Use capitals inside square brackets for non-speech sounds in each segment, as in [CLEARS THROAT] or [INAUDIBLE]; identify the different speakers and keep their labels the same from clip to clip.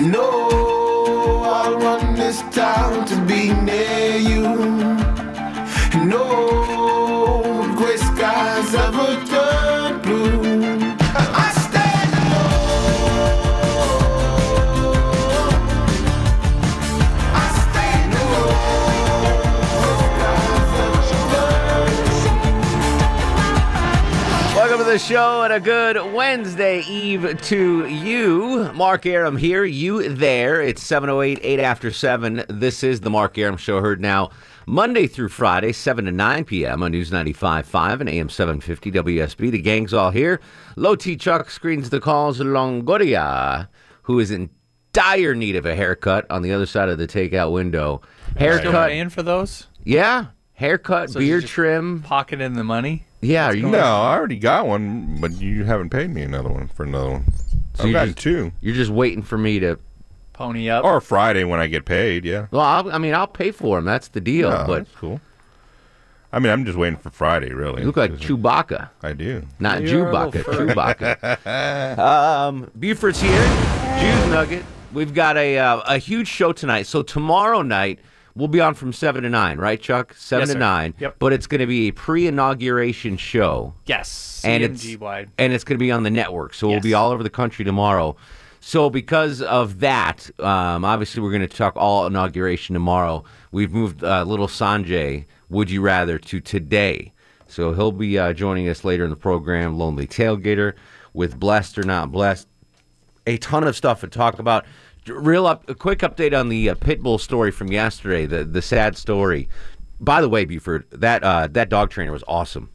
Speaker 1: No, I want this town to be near you. No gray skies ever turn blue. I stand alone. I stand
Speaker 2: Welcome to the show and a good Wednesday Eve to you. Mark Aram here, you there. It's 708, 8 after 7. This is the Mark Aram Show, heard now Monday through Friday, 7 to 9 p.m. on News 95.5 and AM 750 WSB. The gang's all here. Low T Chuck screens the calls. Longoria, who is in dire need of a haircut on the other side of the takeout window.
Speaker 3: Still
Speaker 2: Haircut,
Speaker 3: paying for those?
Speaker 2: yeah. Haircut,
Speaker 3: So
Speaker 2: beard
Speaker 3: just-
Speaker 2: trim.
Speaker 3: Pocketing the money?
Speaker 2: Yeah, are you,
Speaker 4: No, I already got one, but you haven't paid me another one for another one.
Speaker 2: you
Speaker 4: I've gotten
Speaker 2: just-
Speaker 4: two.
Speaker 2: you're just waiting for me to
Speaker 3: Pony up?
Speaker 4: Or Friday when I get paid, yeah.
Speaker 2: Well, I'll, I mean, I'll pay for him. That's the deal.
Speaker 4: Yeah,
Speaker 2: but
Speaker 4: that's cool. I mean, I'm just waiting for Friday, really.
Speaker 2: you look like Chewbacca,
Speaker 4: I do.
Speaker 2: not
Speaker 3: You're a little
Speaker 2: Chewbacca.
Speaker 3: furry. [LAUGHS]
Speaker 2: Chewbacca. um, Buford's here. Jews Nugget. We've got a uh, a huge show tonight. So tomorrow night we'll be on from seven to nine, right, Chuck? Seven
Speaker 3: Yes,
Speaker 2: to
Speaker 3: sir.
Speaker 2: nine.
Speaker 3: Yep.
Speaker 2: But it's going to be a pre-inauguration show.
Speaker 3: yes.
Speaker 2: and
Speaker 3: CNG
Speaker 2: it's
Speaker 3: wide.
Speaker 2: and it's going to be on the network, so we'll be
Speaker 3: Yes.
Speaker 2: all over the country tomorrow. So because of that, um, obviously we're going to talk all inauguration tomorrow. We've moved uh, little Sanjay, would you rather, to today. So he'll be uh, joining us later in the program, Lonely Tailgater, with Blessed or Not Blessed. A ton of stuff to talk about. Real up, a quick update on the uh, Pitbull story from yesterday, the the sad story. By the way, Buford, that uh, that dog trainer was awesome.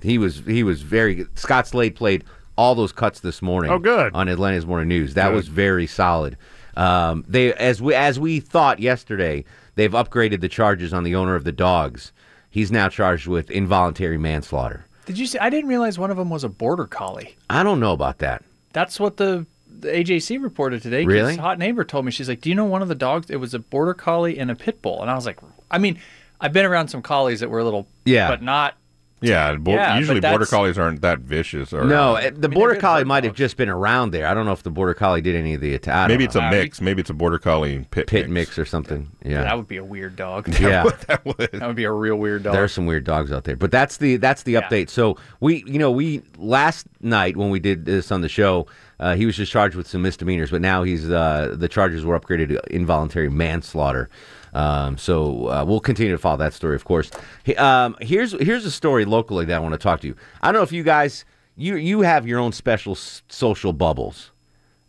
Speaker 2: He was he was very good. Scott Slade played all those cuts this morning.
Speaker 5: Oh, good.
Speaker 2: On Atlanta's Morning News, that was very solid. Um, they as we as we thought yesterday, they've upgraded the charges on the owner of the dogs. He's now charged with involuntary manslaughter.
Speaker 3: Did you see? I didn't realize one of them was a border collie.
Speaker 2: I don't know about that.
Speaker 3: That's what the, the AJC reported today. 'cause
Speaker 2: Really?
Speaker 3: Hot neighbor told me she's like, "Do you know one of the dogs? It was a border collie and a pit bull." And I was like, "I mean, I've been around some collies that were a little,
Speaker 2: Yeah.
Speaker 3: but not."
Speaker 4: [LAUGHS] Yeah, bo-
Speaker 3: Yeah, but
Speaker 4: usually border
Speaker 3: that's-
Speaker 4: collies aren't that vicious. Or uh,
Speaker 2: No, eh, the
Speaker 3: mean,
Speaker 2: border
Speaker 3: they're good
Speaker 2: collie
Speaker 3: bird
Speaker 2: might have
Speaker 3: dogs.
Speaker 2: just been around there. I don't know if the border collie did any of the attack.
Speaker 4: maybe it's a
Speaker 3: Uh,
Speaker 4: mix. Maybe it's a border collie and pit,
Speaker 2: pit mix or something.
Speaker 3: That
Speaker 2: Yeah,
Speaker 3: would be a weird dog. [LAUGHS]
Speaker 2: [LAUGHS] yeah.
Speaker 4: That would.
Speaker 3: That would be a real weird dog.
Speaker 2: There are some weird dogs out there, but that's the that's the
Speaker 3: Yeah.
Speaker 2: update. So we, you know, we last night when we did this on the show, uh, he was just charged with some misdemeanors, but now he's uh, the charges were upgraded to involuntary manslaughter. Um, so uh, we'll continue to follow that story, of course. He- um, here's here's a story locally that I want to talk to you. I don't know if you guys you you have your own special s- social bubbles.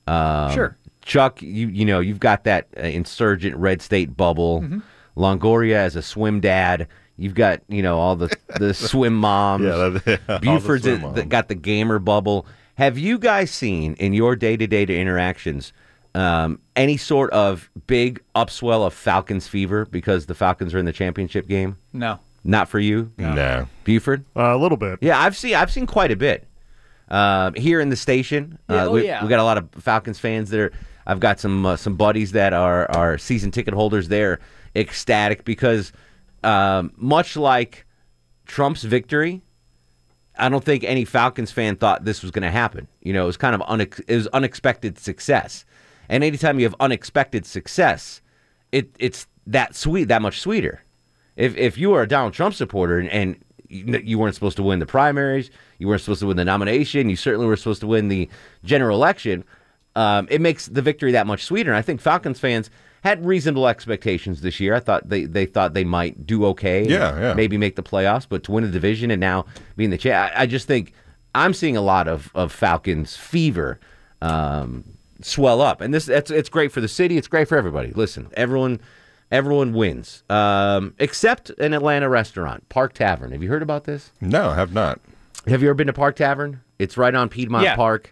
Speaker 2: Um,
Speaker 3: sure.
Speaker 2: Chuck, you you know you've got that uh, insurgent red state bubble.
Speaker 4: Mm-hmm.
Speaker 2: Longoria as a swim dad. You've got you know all the
Speaker 4: [LAUGHS]
Speaker 2: the swim moms.
Speaker 4: Yeah, that- [LAUGHS] all the
Speaker 2: Buford's
Speaker 4: swim
Speaker 2: a-
Speaker 4: moms.
Speaker 2: th- got the gamer bubble. Have you guys seen in your day to day interactions um, any sort of big upswell of Falcons fever because the Falcons are in the championship game?
Speaker 3: No. [LAUGHS]
Speaker 2: Not for you,
Speaker 4: No.
Speaker 2: Buford.
Speaker 5: Uh, a little bit.
Speaker 2: Yeah, I've seen I've seen quite a bit uh, here in the station.
Speaker 3: Yeah,
Speaker 2: uh,
Speaker 3: oh,
Speaker 2: we,
Speaker 3: yeah.
Speaker 2: we got a lot of Falcons fans that are. I've got some uh, some buddies that are are season ticket holders. They're ecstatic because um, much like Trump's victory, I don't think any Falcons fan thought this was going to happen. You know, it was kind of unex- it was unexpected success, and anytime you have unexpected success, it it's that sweet that much sweeter. If if you are a Donald Trump supporter and, and you you weren't supposed to win the primaries, you weren't supposed to win the nomination, you certainly were supposed to win the general election. Um, it makes the victory that much sweeter. And I think Falcons fans had reasonable expectations this year. I thought they, they thought they might do okay. and
Speaker 4: Yeah, yeah.
Speaker 2: Maybe make the playoffs, but to win the division and now be in the chat, I, I just think I'm seeing a lot of, of Falcons fever um, swell up, and this that's it's great for the city. It's great for everybody. Listen, everyone, everyone wins, um, except an Atlanta restaurant, Park Tavern. Have you heard about this?
Speaker 4: No, I have not.
Speaker 2: Have you ever been to Park Tavern? It's right on Piedmont
Speaker 3: Yeah.
Speaker 2: Park.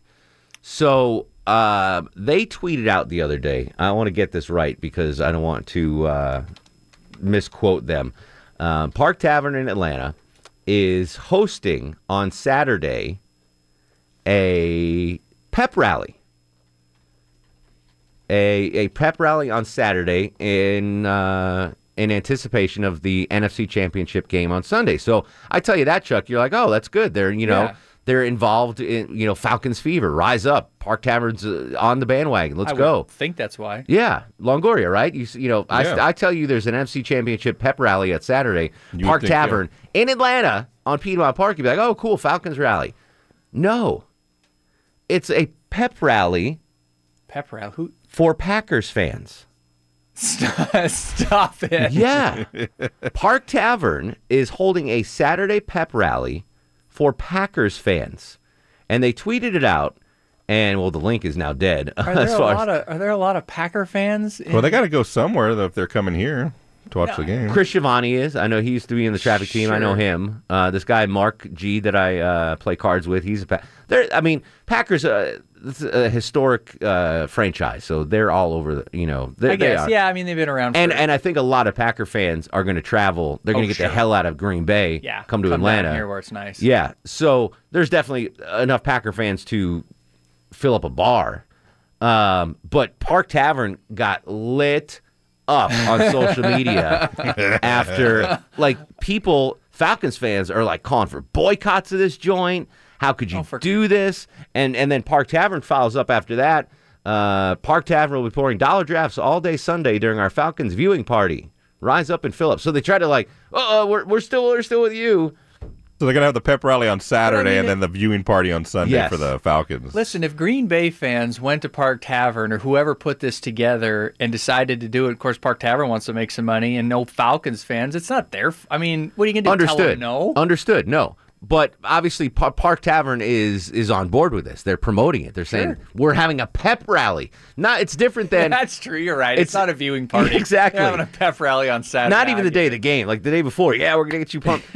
Speaker 2: So uh, Uh, they tweeted out the other day. I want to get this right because I don't want to uh, misquote them. Uh, Park Tavern in Atlanta is hosting on Saturday a pep rally. A, a pep rally on Saturday in uh, in anticipation of the NFC Championship game on Sunday. So I tell you that, Chuck, you're like, oh, that's good. They're you know
Speaker 3: Yeah.
Speaker 2: they're involved in you know Falcons fever. Rise up, Park Tavern's uh, on the bandwagon. Let's
Speaker 3: I would
Speaker 2: go.
Speaker 3: think that's why.
Speaker 2: Yeah, Longoria, right? You s- you know, I,
Speaker 4: Yeah.
Speaker 2: I tell you, there's an NFC Championship pep rally at Saturday,
Speaker 4: You would
Speaker 2: Park
Speaker 4: think, yeah.
Speaker 2: Tavern in Atlanta on Piedmont Park. You'd be like, oh, cool, Falcons rally. No, it's a pep rally
Speaker 3: Pep rally. Who?
Speaker 2: for Packers
Speaker 3: [LAUGHS]
Speaker 2: fans.
Speaker 3: Stop, stop it.
Speaker 2: Yeah, Park Tavern is holding a Saturday pep rally for Packers fans, and they tweeted it out. And well, the link is now dead. [LAUGHS]
Speaker 3: Are there a lot of Are there a lot of Packer fans? In,
Speaker 4: Well, they got to go somewhere though if they're coming here to watch the game.
Speaker 2: Chris Shivani is. I know he used to be in the traffic team. I know
Speaker 3: Sure.
Speaker 2: him. Uh, this guy Mark G that I uh, play cards with. He's a pa- there. I mean, Packers. Uh, it's a historic uh, franchise, so they're all over. The, you know, they-
Speaker 3: I
Speaker 2: they
Speaker 3: guess.
Speaker 2: are.
Speaker 3: Yeah, I mean they've been around.
Speaker 2: And
Speaker 3: for,
Speaker 2: and I think a lot of Packer fans are going to travel. They're going to
Speaker 3: Oh,
Speaker 2: get
Speaker 3: sure.
Speaker 2: the hell out of Green Bay.
Speaker 3: yeah,
Speaker 2: come to
Speaker 3: down
Speaker 2: Atlanta.
Speaker 3: here where it's nice.
Speaker 2: Yeah. So there's definitely enough Packer fans to fill up a bar. Um, but Park Tavern got lit up on social media
Speaker 3: [LAUGHS]
Speaker 2: after like people Falcons fans are like calling for boycotts of this joint. How could you
Speaker 3: Oh, for-
Speaker 2: do this? And and then Park Tavern follows up after that. Uh, Park Tavern will be pouring dollar drafts all day Sunday during our Falcons viewing party. Rise up and fill up. So they try to like, oh, we're, we're still we're still with you.
Speaker 4: So they're gonna have the pep rally on Saturday
Speaker 3: mean,
Speaker 4: and then the viewing party on Sunday
Speaker 2: Yes.
Speaker 4: for the Falcons.
Speaker 3: Listen, if Green Bay fans went to Park Tavern or whoever put this together and decided to do it, of course Park Tavern wants to make some money, and no Falcons fans, it's not their. f- I mean, what are you gonna do? Tell
Speaker 2: Understood.
Speaker 3: them no.
Speaker 2: Understood. No. But obviously, Pa- Park Tavern is is on board with this. They're promoting it. They're saying we're having a pep rally. Not. It's
Speaker 3: [LAUGHS]
Speaker 2: different than
Speaker 3: That's true. You're right. It's,
Speaker 2: It's-
Speaker 3: not a viewing party.
Speaker 2: [LAUGHS] Exactly.
Speaker 3: They're having a pep rally on Saturday.
Speaker 2: not even
Speaker 3: I
Speaker 2: the
Speaker 3: get
Speaker 2: day
Speaker 3: it.
Speaker 2: of the game, like the day before. Yeah, we're gonna get
Speaker 4: [LAUGHS]
Speaker 2: you pumped.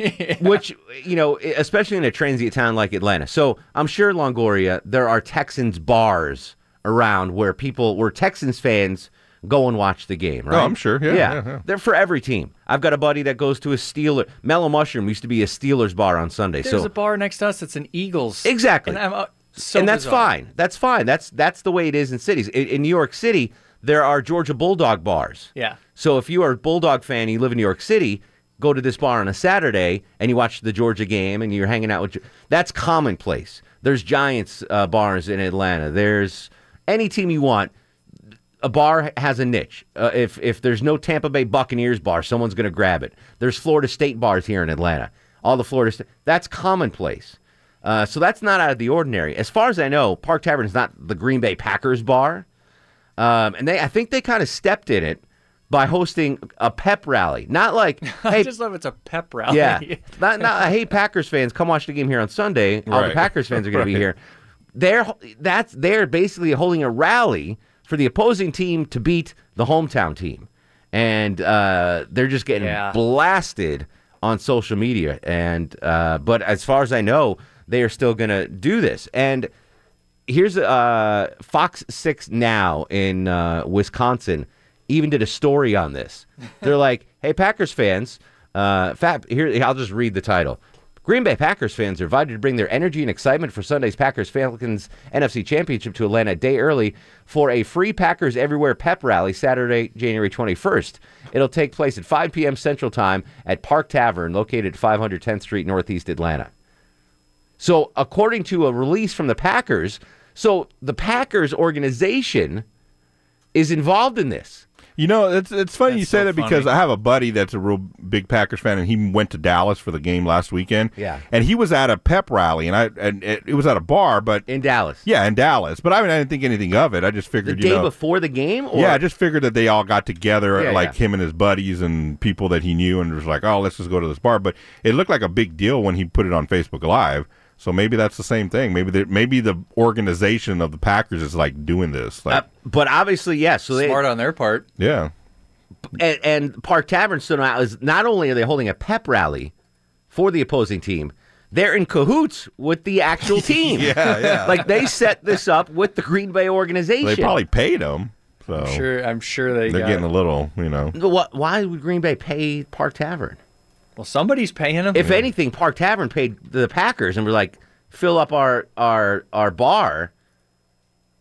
Speaker 2: Which you know, e, especially in a transient town like Atlanta. So I'm sure Longoria, there are Texans bars around where people, where Texans fans go and watch the game. Right?
Speaker 4: Oh, I'm sure. Yeah, yeah, yeah.
Speaker 2: They're for every team. I've got a buddy that goes to a Steeler. Mellow Mushroom used to be a Steelers bar on Sunday.
Speaker 3: There's
Speaker 2: so
Speaker 3: a bar next to us that's an Eagles.
Speaker 2: Exactly.
Speaker 3: And, I'm, uh, so
Speaker 2: and that's
Speaker 3: bizarre.
Speaker 2: fine. That's fine. That's that's the way it is in cities. In, in New York City, there are Georgia Bulldog bars.
Speaker 3: Yeah.
Speaker 2: So if you are a Bulldog fan, you live in New York City, go to this bar on a Saturday and you watch the Georgia game and you're hanging out with. Ge- That's commonplace. There's Giants uh, bars in Atlanta. There's any team you want. A bar has a niche. Uh, if if there's no Tampa Bay Buccaneers bar, someone's going to grab it. There's Florida State bars here in Atlanta. All the Florida State. That's commonplace. Uh, so that's not out of the ordinary. As far as I know, Park Tavern is not the Green Bay Packers bar. Um, and they, I think they kind of stepped in it by hosting a pep rally. Not like,
Speaker 3: [LAUGHS] I
Speaker 2: hey,
Speaker 3: just love it's a pep rally. [LAUGHS]
Speaker 2: yeah, not, not, hey, Packers fans, come watch the game here on Sunday. All the
Speaker 4: Right.
Speaker 2: Packers fans are going to be
Speaker 4: Right.
Speaker 2: here. They're that's they're basically holding a rally for the opposing team to beat the hometown team, and uh, they're just getting
Speaker 3: Yeah.
Speaker 2: blasted on social media. And uh, but as far as I know, they are still going to do this. And here's uh, Fox Six Now in uh, Wisconsin even did a story on this. They're like, "Hey, Packers fans, uh, Fab, here I'll just read the title." Green Bay Packers fans are invited to bring their energy and excitement for Sunday's Packers Falcons NFC Championship to Atlanta a day early for a free Packers Everywhere pep rally Saturday, January 21st. It'll take place at 5 p.m. Central Time at Park Tavern, located at 510th Street, Northeast Atlanta. So, according to a release from the Packers, so the Packers organization is involved in this.
Speaker 4: You know, it's it's funny you
Speaker 3: That's
Speaker 4: say
Speaker 3: so
Speaker 4: that because
Speaker 3: funny.
Speaker 4: I have a buddy that's a real big Packers fan, and he went to Dallas for the game last weekend.
Speaker 2: Yeah.
Speaker 4: and he was at a pep rally, and I and it, it was at a bar, but
Speaker 2: in Dallas.
Speaker 4: yeah, in Dallas. But I mean, I didn't think anything of it. I just
Speaker 2: the
Speaker 4: figured,
Speaker 2: day
Speaker 4: you know,
Speaker 2: before the game, or
Speaker 4: yeah, I just figured that they all got together,
Speaker 2: Yeah,
Speaker 4: like
Speaker 2: yeah.
Speaker 4: him and his buddies and people that he knew, and was like, oh, let's just go to this bar. But it looked like a big deal when he put it on Facebook Live. So maybe that's the same thing. Maybe the, maybe the organization of the Packers is like doing this. Like,
Speaker 2: Uh, but obviously, yes. So they,
Speaker 3: Smart on their part.
Speaker 4: yeah.
Speaker 2: and, and Park Tavern so now is not only are they holding a pep rally for the opposing team, they're in cahoots with
Speaker 4: [LAUGHS]
Speaker 2: the actual team.
Speaker 4: Yeah, yeah.
Speaker 2: Like they set this up with the Green Bay organization.
Speaker 4: They probably paid them, so
Speaker 3: Sure, I'm sure they
Speaker 4: they're
Speaker 3: got
Speaker 4: getting
Speaker 3: it.
Speaker 4: a little, you know.
Speaker 2: Wh- Why would Green Bay pay Park Tavern?
Speaker 3: well, somebody's paying them.
Speaker 2: If anything, Park Tavern paid the Packers and were like, fill up our our our bar.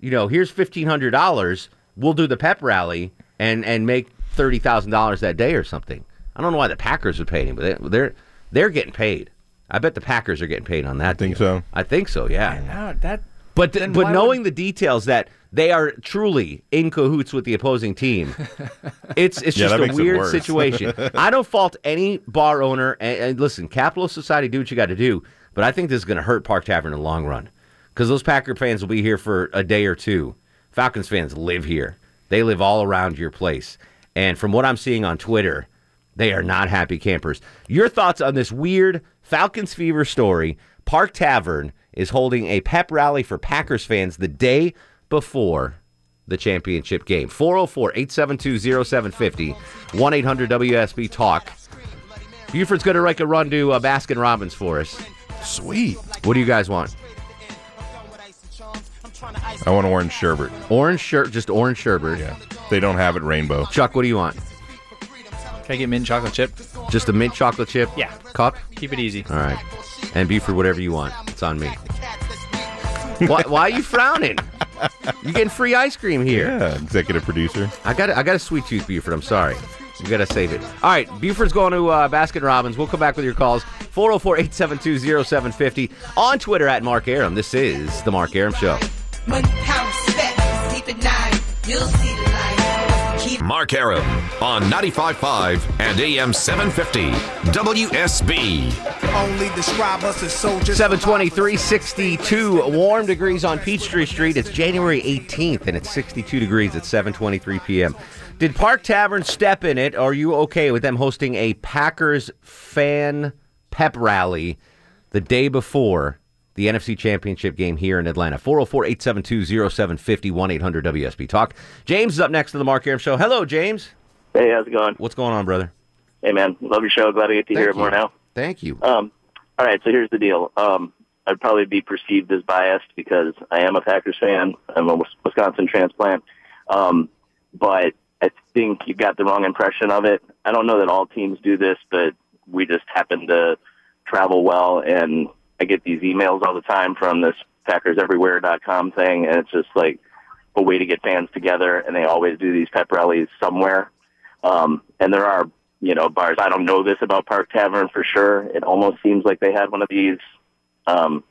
Speaker 2: You know, here's fifteen hundred dollars. We'll do the pep rally and and make thirty thousand dollars that day or something. I don't know why the Packers are paying, but they, they're they're getting paid. I bet the Packers are getting paid on that.
Speaker 4: Think
Speaker 2: deal.
Speaker 4: so?
Speaker 2: I think so. Yeah.
Speaker 3: no, that
Speaker 2: But th-
Speaker 3: Then
Speaker 2: but
Speaker 3: why
Speaker 2: knowing the details that they are truly in cahoots with the opposing team,
Speaker 3: [LAUGHS]
Speaker 2: it's
Speaker 4: [LAUGHS]
Speaker 2: it's
Speaker 4: Yeah,
Speaker 2: just
Speaker 4: that
Speaker 2: a
Speaker 4: makes it
Speaker 2: weird
Speaker 4: worse. [LAUGHS]
Speaker 2: situation. I don't fault any bar owner. And, and listen, capitalist society, do what you got to do. But I think this is going to hurt Park Tavern in the long run because those Packer fans will be here for a day or two. Falcons fans live here. They live all around your place. And from what I'm seeing on Twitter, they are not happy campers. Your thoughts on this weird Falcons fever story? Park Tavern is holding a pep rally for Packers fans the day before the championship game. 404 872 0750 1 800 WSB Talk. Buford's going to make a run to uh, Baskin Robbins for us.
Speaker 4: Sweet.
Speaker 2: What do you guys want?
Speaker 4: I want orange sherbet.
Speaker 2: Orange shirt, just orange sherbet.
Speaker 4: Yeah, they don't have it rainbow.
Speaker 2: Chuck, what do you want?
Speaker 3: can I get mint chocolate chip?
Speaker 2: Just a mint chocolate chip?
Speaker 3: Yeah.
Speaker 2: Cup?
Speaker 3: Keep it easy.
Speaker 2: All right. And Buford, whatever you want. It's on me. why, why are you frowning? You're getting free ice cream here.
Speaker 4: Yeah, executive producer.
Speaker 2: I got I got a sweet tooth, Buford. I'm sorry. We got to save it. All right, Buford's going to uh, Baskin Robbins. We'll come back with your calls. 404 872 0750 on Twitter at Mark Aram. This is The Mark Aram Show.
Speaker 5: Money, power, respect, sleep at night. You'll see the light. Keep
Speaker 6: Mark Aram on 95.5 and AM 750 WSB.
Speaker 7: Only describe us as soldiers.
Speaker 2: 723, 62 warm degrees on Peachtree Street. It's January 18th, and it's 62 degrees at 723 p.m. Did Park Tavern step in it? Are you okay with them hosting a Packers fan pep rally the day before the NFC Championship game here in Atlanta? 404 872 0750 800 WSB Talk. James is up next to the Mark Aram Show. Hello, James.
Speaker 8: Hey, how's it going?
Speaker 2: What's going on, brother?
Speaker 8: Hey, man, love your show. Glad I get to hear it more now.
Speaker 2: Thank you.
Speaker 8: Um, all right, so here's the deal. Um, I'd probably be perceived as biased because I am a Packers fan. I'm a Wis- Wisconsin transplant, um, but I think you got the wrong impression of it. I don't know that all teams do this, but we just happen to travel well, and I get these emails all the time from this PackersEverywhere.com thing, and it's just like a way to get fans together, and they always do these pep rallies somewhere. Um, and there are, you know, bars. I don't know this about Park Tavern for sure. It almost seems like they had one of these um,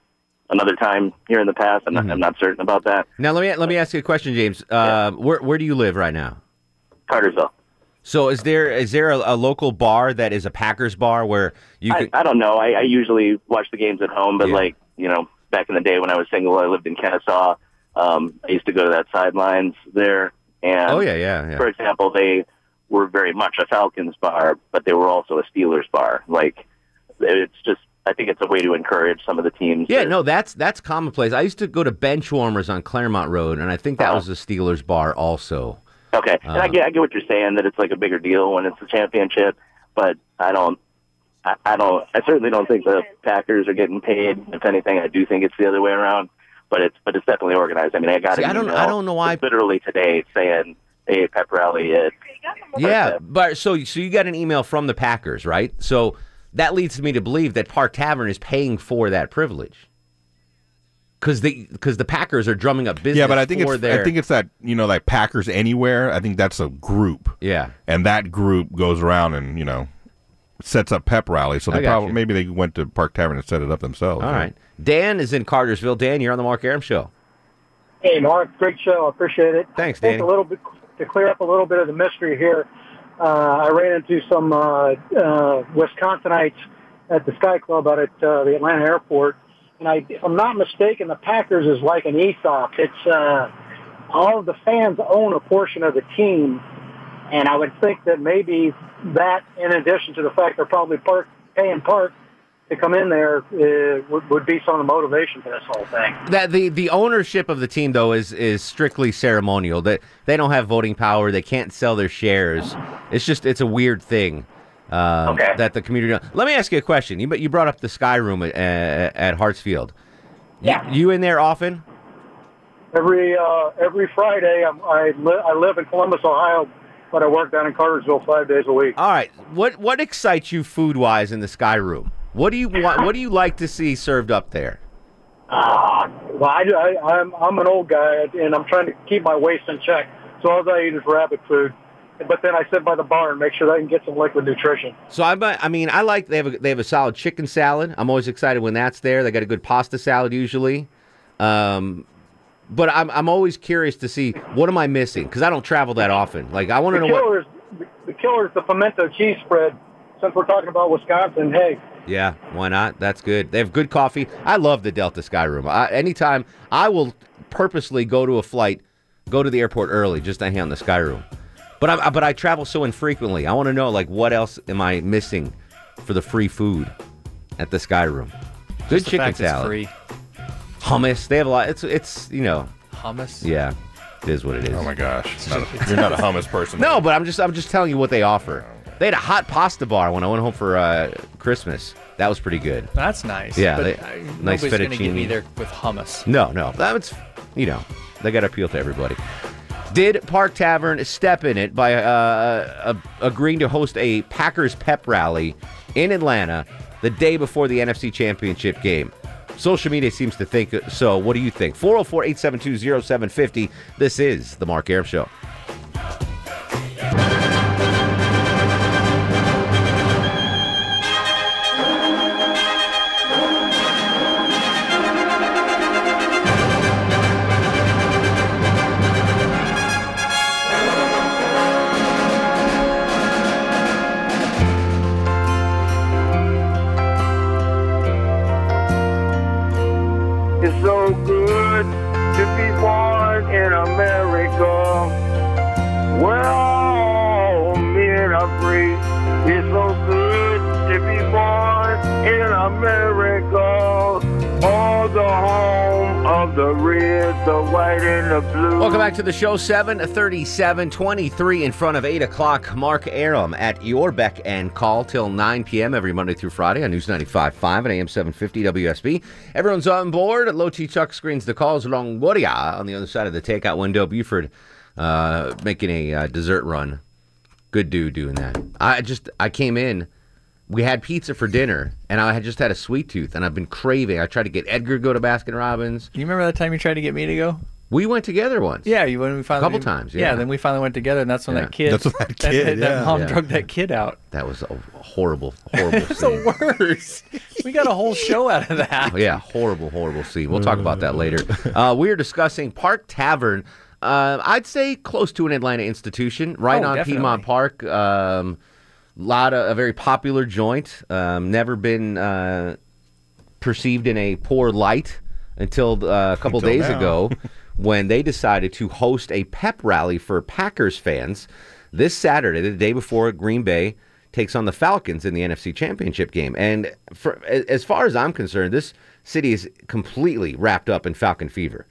Speaker 8: another time here in the past.
Speaker 2: Mm-hmm.
Speaker 8: I'm, not, I'm not certain about that.
Speaker 2: Now, let me, let me ask you a question, James. Uh, where, where do you live right now?
Speaker 8: Cartersville.
Speaker 2: So is there is there a, a local bar that is a Packers bar where you
Speaker 8: I,
Speaker 2: could,
Speaker 8: I don't know. I, I usually watch the games at home, but
Speaker 2: Yeah.
Speaker 8: like, you know, back in the day when I was single, I lived in Kennesaw. Um, I used to go to that sidelines there. And
Speaker 2: Oh yeah, yeah, yeah.
Speaker 8: for example, they were very much a Falcons bar, but they were also a Steelers bar. Like, it's just, I think it's a way to encourage some of the teams.
Speaker 2: Yeah,
Speaker 8: to-
Speaker 2: no, that's that's commonplace. I used to go to Bench Warmers on Claremont Road and I think that
Speaker 8: Uh-huh.
Speaker 2: was a Steelers bar also.
Speaker 8: Okay, and
Speaker 2: Uh,
Speaker 8: I get I get what you're saying that it's like a bigger deal when it's the championship, but I don't, I, I don't, I certainly don't think the Packers are getting paid. If anything, I do think it's the other way around. But it's but it's definitely organized. I mean, I got
Speaker 2: See,
Speaker 8: an
Speaker 2: I don't-
Speaker 8: email
Speaker 2: I don't know why-
Speaker 8: literally today saying hey pep rally at
Speaker 2: Yeah, but so so you got an email from the Packers, right? So that leads me to believe that Park Tavern is paying for that privilege. Cuz the cuz the Packers are drumming up business
Speaker 4: Yeah, but I think
Speaker 2: for
Speaker 4: it's
Speaker 2: their
Speaker 4: I think it's that you know like Packers anywhere. I think that's a group,
Speaker 2: Yeah.
Speaker 4: and that group goes around and you know sets up pep rally. So
Speaker 2: I
Speaker 4: they
Speaker 2: got
Speaker 4: probably
Speaker 2: you.
Speaker 4: maybe they went to Park Tavern and set it up themselves.
Speaker 2: All right. Dan is in Cartersville. Dan, you're on the Mark Aram show.
Speaker 9: Hey, Mark, great show. I appreciate it.
Speaker 2: Thanks,
Speaker 9: I think
Speaker 2: Danny.
Speaker 9: a little bit to clear up a little bit of the mystery here. Uh, I ran into some uh, uh, Wisconsinites at the Sky Club out at uh, the Atlanta airport, and I, if I'm not mistaken, the Packers is like an ESOP. It's uh, all of the fans own a portion of the team, and I would think that maybe that, in addition to the fact they're probably park, paying park to come in there, uh, would, would be some of the motivation for this whole thing.
Speaker 2: that the the ownership of the team though is is strictly ceremonial. That they don't have voting power. They can't sell their shares. It's just it's a weird thing. uh, that the community. Let me ask you a question. You, you brought up the Sky Room at, at, at Hartsfield. Yeah. You, in there often?
Speaker 9: Every uh, every Friday, I'm, I, li- I live in Columbus, Ohio, but I work down in Cartersville five days a week.
Speaker 2: All right. What what excites you food wise in the Sky Room? What do you want? What do you like to see served up there?
Speaker 9: Well, I, I, I'm I'm an old guy, and I'm trying to keep my waist in check. So all I eat is rabbit food, but then I sit by the bar and make sure that I can get some liquid nutrition.
Speaker 2: So I, I mean, I like they have a, they have a solid chicken salad. I'm always excited when that's there. They got a good pasta salad usually, um, but I'm I'm always curious to see what am I missing because I don't travel that often. Like I want to
Speaker 9: The
Speaker 2: know what.
Speaker 9: killer is the killer is the pimento cheese spread. Since we're talking about Wisconsin, hey,
Speaker 2: Yeah, why not? That's good. They have good coffee. I love the Delta Sky Room. I, anytime I will purposely go to a flight, go to the airport early just to hang out in the Sky Room. But I but I travel so infrequently. I want to know like what else am I missing for the free food at the Sky Room? Good
Speaker 3: Just the
Speaker 2: chicken
Speaker 3: fact it's
Speaker 2: salad,
Speaker 3: free.
Speaker 2: hummus. They have a lot. It's it's you know
Speaker 3: Hummus.
Speaker 2: Yeah, it is what it is.
Speaker 4: Oh my gosh, Not a- you're not a hummus person.
Speaker 2: No, but I'm just I'm just telling you what they offer. They had a hot pasta bar when I went home for uh, Christmas. That was pretty good.
Speaker 3: That's nice.
Speaker 2: Yeah,
Speaker 3: but
Speaker 2: they-
Speaker 3: I-
Speaker 2: nice
Speaker 3: nobody's gonna get me
Speaker 2: fettuccine.
Speaker 3: there with hummus.
Speaker 2: No, no, that's you know they got to appeal to everybody. Did Park Tavern step in it by uh, a, agreeing to host a Packers pep rally in Atlanta the day before the NFC Championship game? Social media seems to think so. What do you think? 404 872 0750. This is The Mark Aram Show.
Speaker 10: It's so good to be born in America. Where all men are free. It's so good to be born in America. All the home of the red, the white, and the blue.
Speaker 2: Welcome back to the show. 737 23 in front of 8 o'clock. Mark Aram at your beck and call till 9 p.m. every Monday through Friday on News 95.5 and AM 750 WSB. Everyone's on board. Low T Chuck screens the calls. Longoria on the other side of the takeout window. Buford uh, making a uh, dessert run. Good dude doing that. I just, I came in. We had pizza for dinner, and I had just had a sweet tooth, and I've been craving. I tried to get Edgar to go to Baskin Robbins.
Speaker 3: You remember that time you tried to get me to go?
Speaker 2: We went together once.
Speaker 3: Yeah, you when we finally
Speaker 2: Couple times, yeah.
Speaker 3: then we finally went together, and that's when
Speaker 2: Yeah.
Speaker 3: that kid.
Speaker 2: That's when that kid,
Speaker 3: that
Speaker 2: yeah.
Speaker 3: mom
Speaker 2: Yeah.
Speaker 3: drug that kid out.
Speaker 2: That was a horrible,
Speaker 3: [LAUGHS]
Speaker 2: horrible
Speaker 3: It's
Speaker 2: scene.
Speaker 3: the worst. we got a whole show out of
Speaker 2: [LAUGHS]
Speaker 3: that.
Speaker 2: Oh, yeah, horrible, horrible scene. We'll talk about that later. Uh, we are discussing Park Tavern. Uh, I'd say close to an Atlanta institution, right
Speaker 3: Oh,
Speaker 2: on
Speaker 3: definitely.
Speaker 2: Piedmont Park. Um, lot of a very popular joint. Um, never been uh, perceived in a poor light until uh, a couple
Speaker 4: Until
Speaker 2: days
Speaker 4: now. [LAUGHS]
Speaker 2: ago when they decided to host a pep rally for Packers fans this Saturday, the day before Green Bay takes on the Falcons in the NFC Championship game. And for, a- as far as I'm concerned, this city is completely wrapped up in Falcon fever.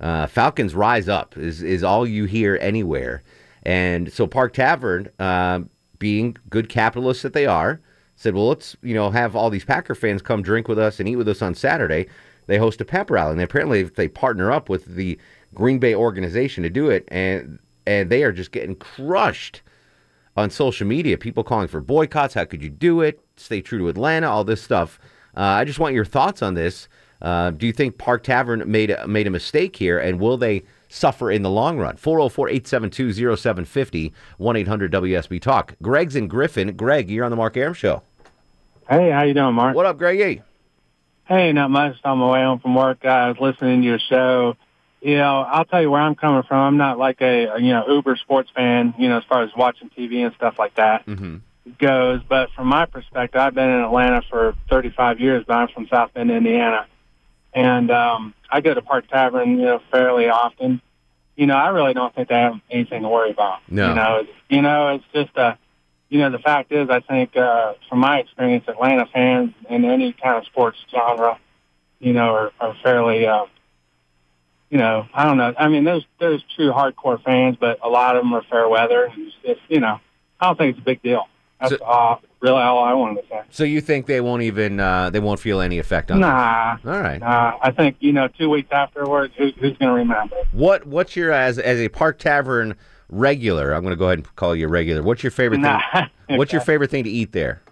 Speaker 2: Uh, Falcons rise up is is all you hear anywhere, and so Park Tavern, uh, being good capitalists that they are, said, "Well, let's you know have all these Packer fans come drink with us and eat with us on Saturday." They host a pep rally, and apparently they partner up with the Green Bay organization to do it, and and they are just getting crushed on social media. People calling for boycotts. How could you do it? Stay true to Atlanta. All this stuff. Uh, I just want your thoughts on this. Uh, do you think Park Tavern made a, made a mistake here, and will they suffer in the long run? 404-872-0750, 1-800-WSB Talk. Greg's in Griffin. Greg, you're on the Mark Aram Show.
Speaker 11: Hey, how you doing, Mark?
Speaker 2: What up, E? Greggy?
Speaker 11: Hey, not much. On my way home from work, I was listening to your show. You know, I'll tell you where I'm coming from. I'm not like a a, you know uber sports fan. You know, as far as watching TV and stuff like that
Speaker 2: Mm-hmm.
Speaker 11: goes. But from my perspective, I've been in Atlanta for 35 years. But I'm from South Bend, Indiana, and um, I go to Park Tavern you know fairly often. You know, I really don't think they have anything to worry about.
Speaker 12: No.
Speaker 11: You know, it's, you know, it's just a you know, the fact is, I think uh, from my experience, Atlanta fans in any kind of sports genre, you know, are, are fairly, uh, you know, I don't know. I mean, there's there's true hardcore fans, but a lot of them are fair weather. And it's, it's, you know, I don't think it's a big deal. That's all, really all I wanted to say.
Speaker 2: So you think they won't even uh, they won't feel any effect on?
Speaker 11: Nah.
Speaker 2: All right.
Speaker 11: Nah, I think you know. Two weeks afterwards, who, who's going to remember?
Speaker 2: What what's your as as a Park Tavern regular? I'm going to go ahead and call you a regular. What's your favorite
Speaker 11: Nah. [LAUGHS]
Speaker 2: thing? What's your favorite thing to eat there?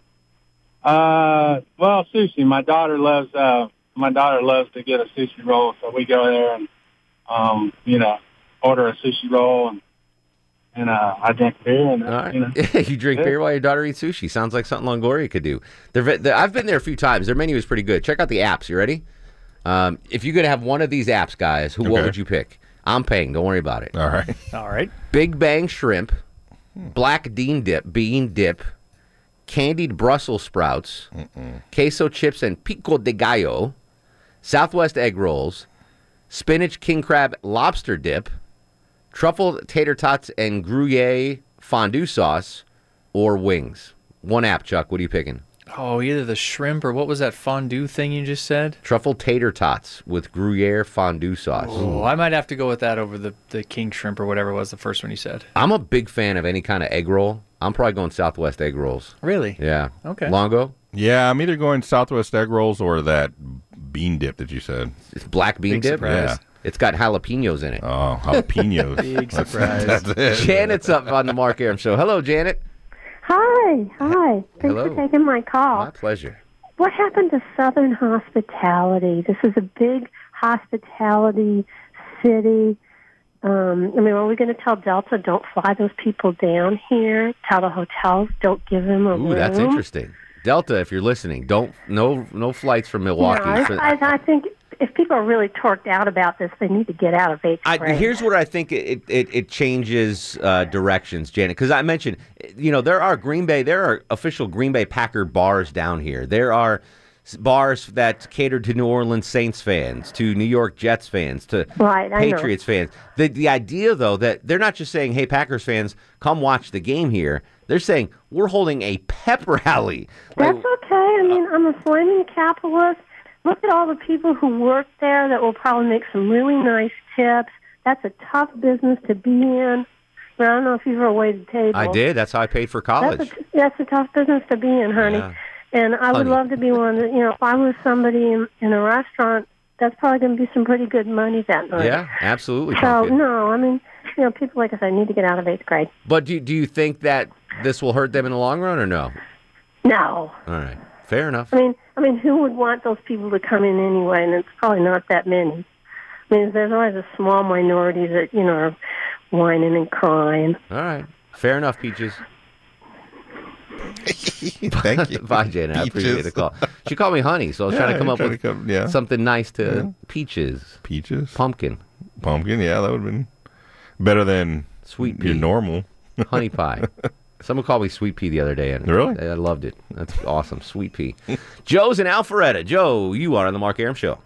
Speaker 11: Uh, well, sushi. My daughter loves. Uh, my daughter loves to get a sushi roll, so we go there and, um, you know, order a sushi roll and and uh, I drink beer and uh, you know.
Speaker 2: [LAUGHS] you drink beer while your daughter eats sushi. Sounds like something Longoria could do. Their, ve- the, I've been there a few times. Their menu is pretty good. Check out the apps. You ready? Um, if you could have one of these apps, guys, who what
Speaker 4: Okay.
Speaker 2: would you pick? I'm paying. Don't worry about it.
Speaker 4: All right.
Speaker 3: All right.
Speaker 2: Big Bang shrimp, black dean dip, bean dip, candied Brussels sprouts, queso chips and pico de gallo, Southwest egg rolls, spinach king crab lobster dip, truffle tater tots and Gruyere fondue sauce, or wings. One app, Chuck. What are you picking?
Speaker 3: Oh, either the shrimp or what was that fondue thing you just said?
Speaker 2: Truffle tater tots with Gruyere fondue sauce.
Speaker 3: Oh, I might have to go with that over the, the king shrimp or whatever it was the first one you said.
Speaker 2: I'm a big fan of any kind of egg roll. I'm probably going Southwest egg rolls.
Speaker 3: Really?
Speaker 2: Yeah.
Speaker 3: Okay.
Speaker 2: Longo?
Speaker 4: Yeah, I'm either going Southwest egg rolls or that bean dip that you said.
Speaker 2: It's black bean
Speaker 4: Big
Speaker 2: dip.
Speaker 4: surprise.
Speaker 2: Yeah. It's got jalapenos in it.
Speaker 4: Oh, jalapenos. Big That's- surprise. that's it.
Speaker 2: Janet's up on the Mark Aram show. Hello, Janet.
Speaker 12: Hi, hi. Thanks
Speaker 2: Hello.
Speaker 12: for taking my call.
Speaker 2: My pleasure.
Speaker 12: What happened to Southern hospitality? This is a big hospitality city. Um, I mean, are we going to tell Delta don't fly those people down here? Tell the hotels don't give them a
Speaker 2: Ooh,
Speaker 12: room?
Speaker 2: that's interesting. Delta, if you're listening, don't no no flights from Milwaukee.
Speaker 12: No, I, I think if people are really torqued out about this, they need to get out of eighth
Speaker 2: I,
Speaker 12: grade.
Speaker 2: here's where I think it it, it changes uh, directions, Janet. Because I mentioned, you know, there are Green Bay, there are official Green Bay Packer bars down here. There are s- bars that cater to New Orleans Saints fans, to New York Jets fans, to
Speaker 12: Right, I know.
Speaker 2: Patriots fans. The the idea though that they're not just saying, "Hey, Packers fans, come watch the game here." They're saying we're holding a pep rally.
Speaker 12: That's okay. I
Speaker 2: Uh,
Speaker 12: mean, I'm a flaming capitalist. Look at all the people who work there that will probably make some really nice tips. That's a tough business to be in. But I don't know if you've ever waited table.
Speaker 2: I did. That's how I paid for college.
Speaker 12: That's a, that's a tough business to be in, honey.
Speaker 2: Yeah.
Speaker 12: And I would
Speaker 2: Honey.
Speaker 12: love to be one. That, you know, if I was somebody in, in a restaurant, that's probably going to be some pretty good money that night.
Speaker 2: Yeah, absolutely.
Speaker 12: So
Speaker 2: Pumpkin.
Speaker 12: no, I mean, you know, people like I said need to get out of eighth grade.
Speaker 2: But do do you think that this will hurt them in the long run or no?
Speaker 12: No,
Speaker 2: All right, fair enough.
Speaker 12: I mean, I mean, who would want those people to come in anyway? And it's probably not that many. I mean, there's always a small minority that you know are whining and crying.
Speaker 2: All right, fair enough, Peaches.
Speaker 4: [LAUGHS]
Speaker 2: Thank you. [LAUGHS] Bye, Janet. I appreciate the call. She called me honey, so I was
Speaker 4: Yeah,
Speaker 2: trying to come
Speaker 4: you're
Speaker 2: up
Speaker 4: trying
Speaker 2: with
Speaker 4: to come- yeah.
Speaker 2: something nice to peaches.
Speaker 4: Peaches.
Speaker 2: Pumpkin.
Speaker 4: Pumpkin, yeah, that would have been better than
Speaker 2: sweet
Speaker 4: your normal.
Speaker 2: [LAUGHS]
Speaker 4: [LAUGHS]
Speaker 2: honey pie. Someone called me sweet pea the other day, and really, I loved it. That's awesome, sweet pea. [LAUGHS] Joe's in Alpharetta. Joe, you are on the Mark Aram Show.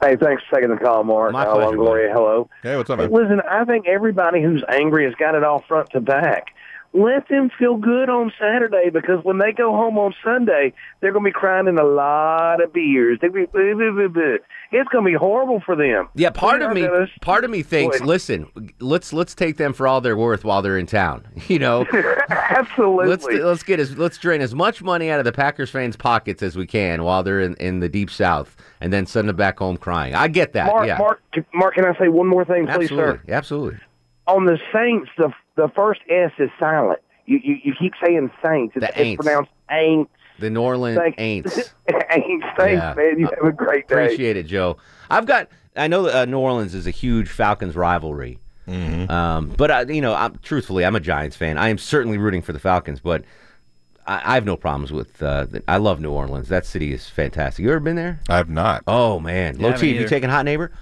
Speaker 13: Hey, thanks for taking the call, Mark.
Speaker 2: My
Speaker 13: Uh,
Speaker 2: pleasure,
Speaker 13: Longoria, hello.
Speaker 4: Hey, what's up,
Speaker 13: Hey, Listen, I think everybody who's angry has got it all front to back. Let them feel good on Saturday because when they go home on Sunday, they're going to be crying in a lot of beers. They'll be, blah, blah, blah, blah. It's going to be horrible for them.
Speaker 2: Yeah, part
Speaker 13: We
Speaker 2: of
Speaker 13: are
Speaker 2: me,
Speaker 13: gonna-
Speaker 2: part of me thinks,
Speaker 13: Boy.
Speaker 2: listen, let's let's take them for all they're worth while they're in town. [LAUGHS] You
Speaker 13: [LAUGHS]
Speaker 2: know,
Speaker 13: absolutely.
Speaker 2: Let's let's get as let's drain as much money out of the Packers fans' pockets as we can while they're in, in the deep south, and then send them back home crying. I get that.
Speaker 13: Mark,
Speaker 2: yeah,
Speaker 13: Mark, Mark, can I say one more thing, please, sir?
Speaker 2: absolutely, absolutely.
Speaker 13: on the Saints, the the first S is silent. You you, you keep saying Saints. It's,
Speaker 2: The ain'ts.
Speaker 13: it's pronounced [LAUGHS] ain't.
Speaker 2: The New Orleans
Speaker 13: Thank-
Speaker 2: Aints.
Speaker 13: ain't. Thanks,
Speaker 2: Yeah. Uh,
Speaker 13: man. You have a great day.
Speaker 2: Appreciate it, Joe. I've got. I know uh, New Orleans is a huge Falcons rivalry,
Speaker 4: Mm-hmm.
Speaker 2: um, but I, you know, I'm, truthfully, I'm a Giants fan. I am certainly rooting for the Falcons, but I, I have no problems with. Uh, the, I love New Orleans. That city is fantastic. You ever been there?
Speaker 4: I have not.
Speaker 2: Oh man,
Speaker 3: Yeah,
Speaker 2: Low
Speaker 3: me
Speaker 2: T, you
Speaker 3: either.
Speaker 2: taking hot neighbor?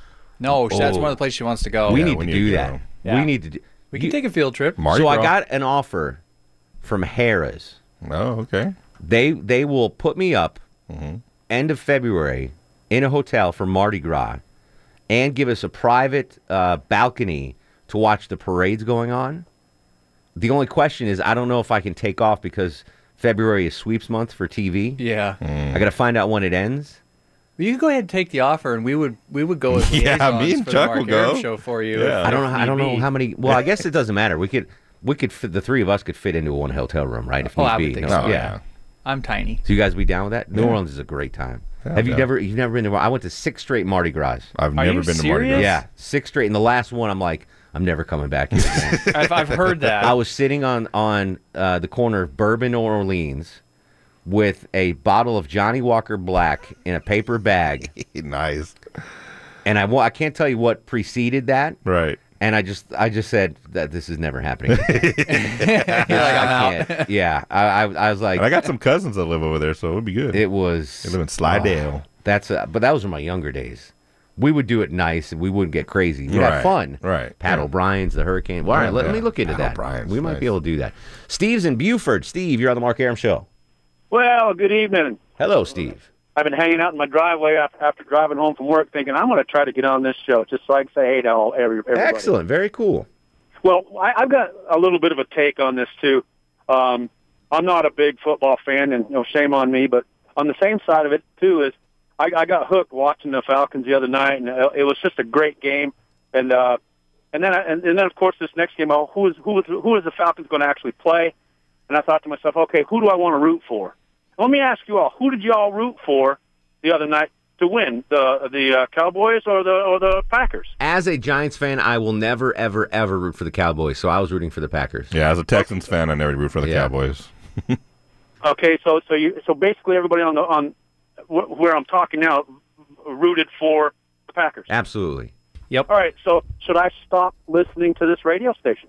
Speaker 3: No, she- that's
Speaker 2: Oh.
Speaker 3: one of the places she wants to go.
Speaker 2: we need to do that. We need to. Do,
Speaker 3: We can take a field trip.
Speaker 2: so I got an offer from Harrah's.
Speaker 4: Oh, okay. Mm-hmm.
Speaker 2: They they will put me up end of February in a hotel for Mardi Gras, and give us a private uh, balcony to watch the parades going on. The only question is, I don't know if I can take off because February is sweeps month for TV.
Speaker 3: Yeah.
Speaker 4: Mm.
Speaker 2: I got to find out when it ends.
Speaker 3: Well, you can go ahead and take the offer, and we would we would go as [LAUGHS]
Speaker 2: [LAUGHS] Yeah,
Speaker 3: liaisons
Speaker 2: me and
Speaker 3: for
Speaker 2: Chuck
Speaker 3: the Mark
Speaker 2: will
Speaker 3: Arum
Speaker 2: go.
Speaker 3: show for you. if-
Speaker 2: I don't know.
Speaker 3: if
Speaker 2: I don't
Speaker 3: need
Speaker 2: know
Speaker 3: be. [LAUGHS]
Speaker 2: how many. Well, I guess it doesn't matter. We could. we could fit, the three of us could fit into one hotel room, right? If
Speaker 3: Oh,
Speaker 2: need
Speaker 3: I would
Speaker 2: be.
Speaker 3: think
Speaker 2: No,
Speaker 3: so.
Speaker 2: yeah.
Speaker 3: I'm tiny.
Speaker 2: So you guys be down with that? New
Speaker 3: Yeah.
Speaker 2: Orleans is a great time.
Speaker 3: Hell
Speaker 2: Have you
Speaker 3: yeah.
Speaker 2: never? You've never been to? I went to six straight Mardi Gras. I've
Speaker 3: Are never you been to Mardi Gras. serious?
Speaker 2: Yeah, six straight. And the last one, I'm like, I'm never coming back here.
Speaker 3: [LAUGHS]
Speaker 2: Again.
Speaker 3: I've, I've heard that.
Speaker 2: I was sitting on on uh, the corner of Bourbon or Orleans with a bottle of Johnny Walker Black in a paper bag.
Speaker 4: [LAUGHS] nice.
Speaker 2: And I wa- I can't tell you what preceded that.
Speaker 4: Right.
Speaker 2: And I just I just said that this is never happening.
Speaker 4: [LAUGHS]
Speaker 2: [LAUGHS]
Speaker 4: You're like,
Speaker 2: I
Speaker 4: "I'm out."
Speaker 2: can't. Yeah, I, I I was like,
Speaker 4: And I got some cousins that live over there, so it would be good.
Speaker 2: It was.
Speaker 4: They live in Slidell.
Speaker 2: Oh, that's a, but that was in my younger days. We would do it nice and we wouldn't get crazy. We'd have
Speaker 4: Right,
Speaker 2: fun.
Speaker 4: right.
Speaker 2: Pat
Speaker 4: Yeah.
Speaker 2: O'Brien's the Hurricane. Well, all right,
Speaker 4: Yeah,
Speaker 2: let,
Speaker 4: yeah.
Speaker 2: me look into
Speaker 4: Pat
Speaker 2: that.
Speaker 4: O'Brien's
Speaker 2: we might
Speaker 4: nice.
Speaker 2: be able to do that. Steve's in Buford. Steve, you're on the Mark Aram Show.
Speaker 14: Well, good evening.
Speaker 2: Hello, Steve.
Speaker 14: I've been hanging out in my driveway after, after driving home from work, thinking I'm going to try to get on this show just so I can say hey to all every, everybody.
Speaker 2: Excellent. Very cool.
Speaker 14: Well, I, I've got a little bit of a take on this too. Um, I'm not a big football fan, and you know, shame on me. But on the same side of it too is I, I got hooked watching the Falcons the other night, and uh, it was just a great game. And uh, and then I, and, and then of course this next game, oh, who is who is who is the Falcons going to actually play? And I thought to myself, okay, who do I want to root for? Let me ask you all, who did you all root for the other night to win the the uh, Cowboys or the or the Packers?
Speaker 2: As a Giants fan, I will never, ever, ever root for the Cowboys. So I was rooting for the Packers.
Speaker 4: Yeah, as a Texans fan, I never root for the Cowboys.
Speaker 14: Okay, so so you so basically everybody on the on wh- where I'm talking now rooted for the Packers.
Speaker 2: Absolutely.
Speaker 3: Yep.
Speaker 14: All right, so should I stop listening to this radio station?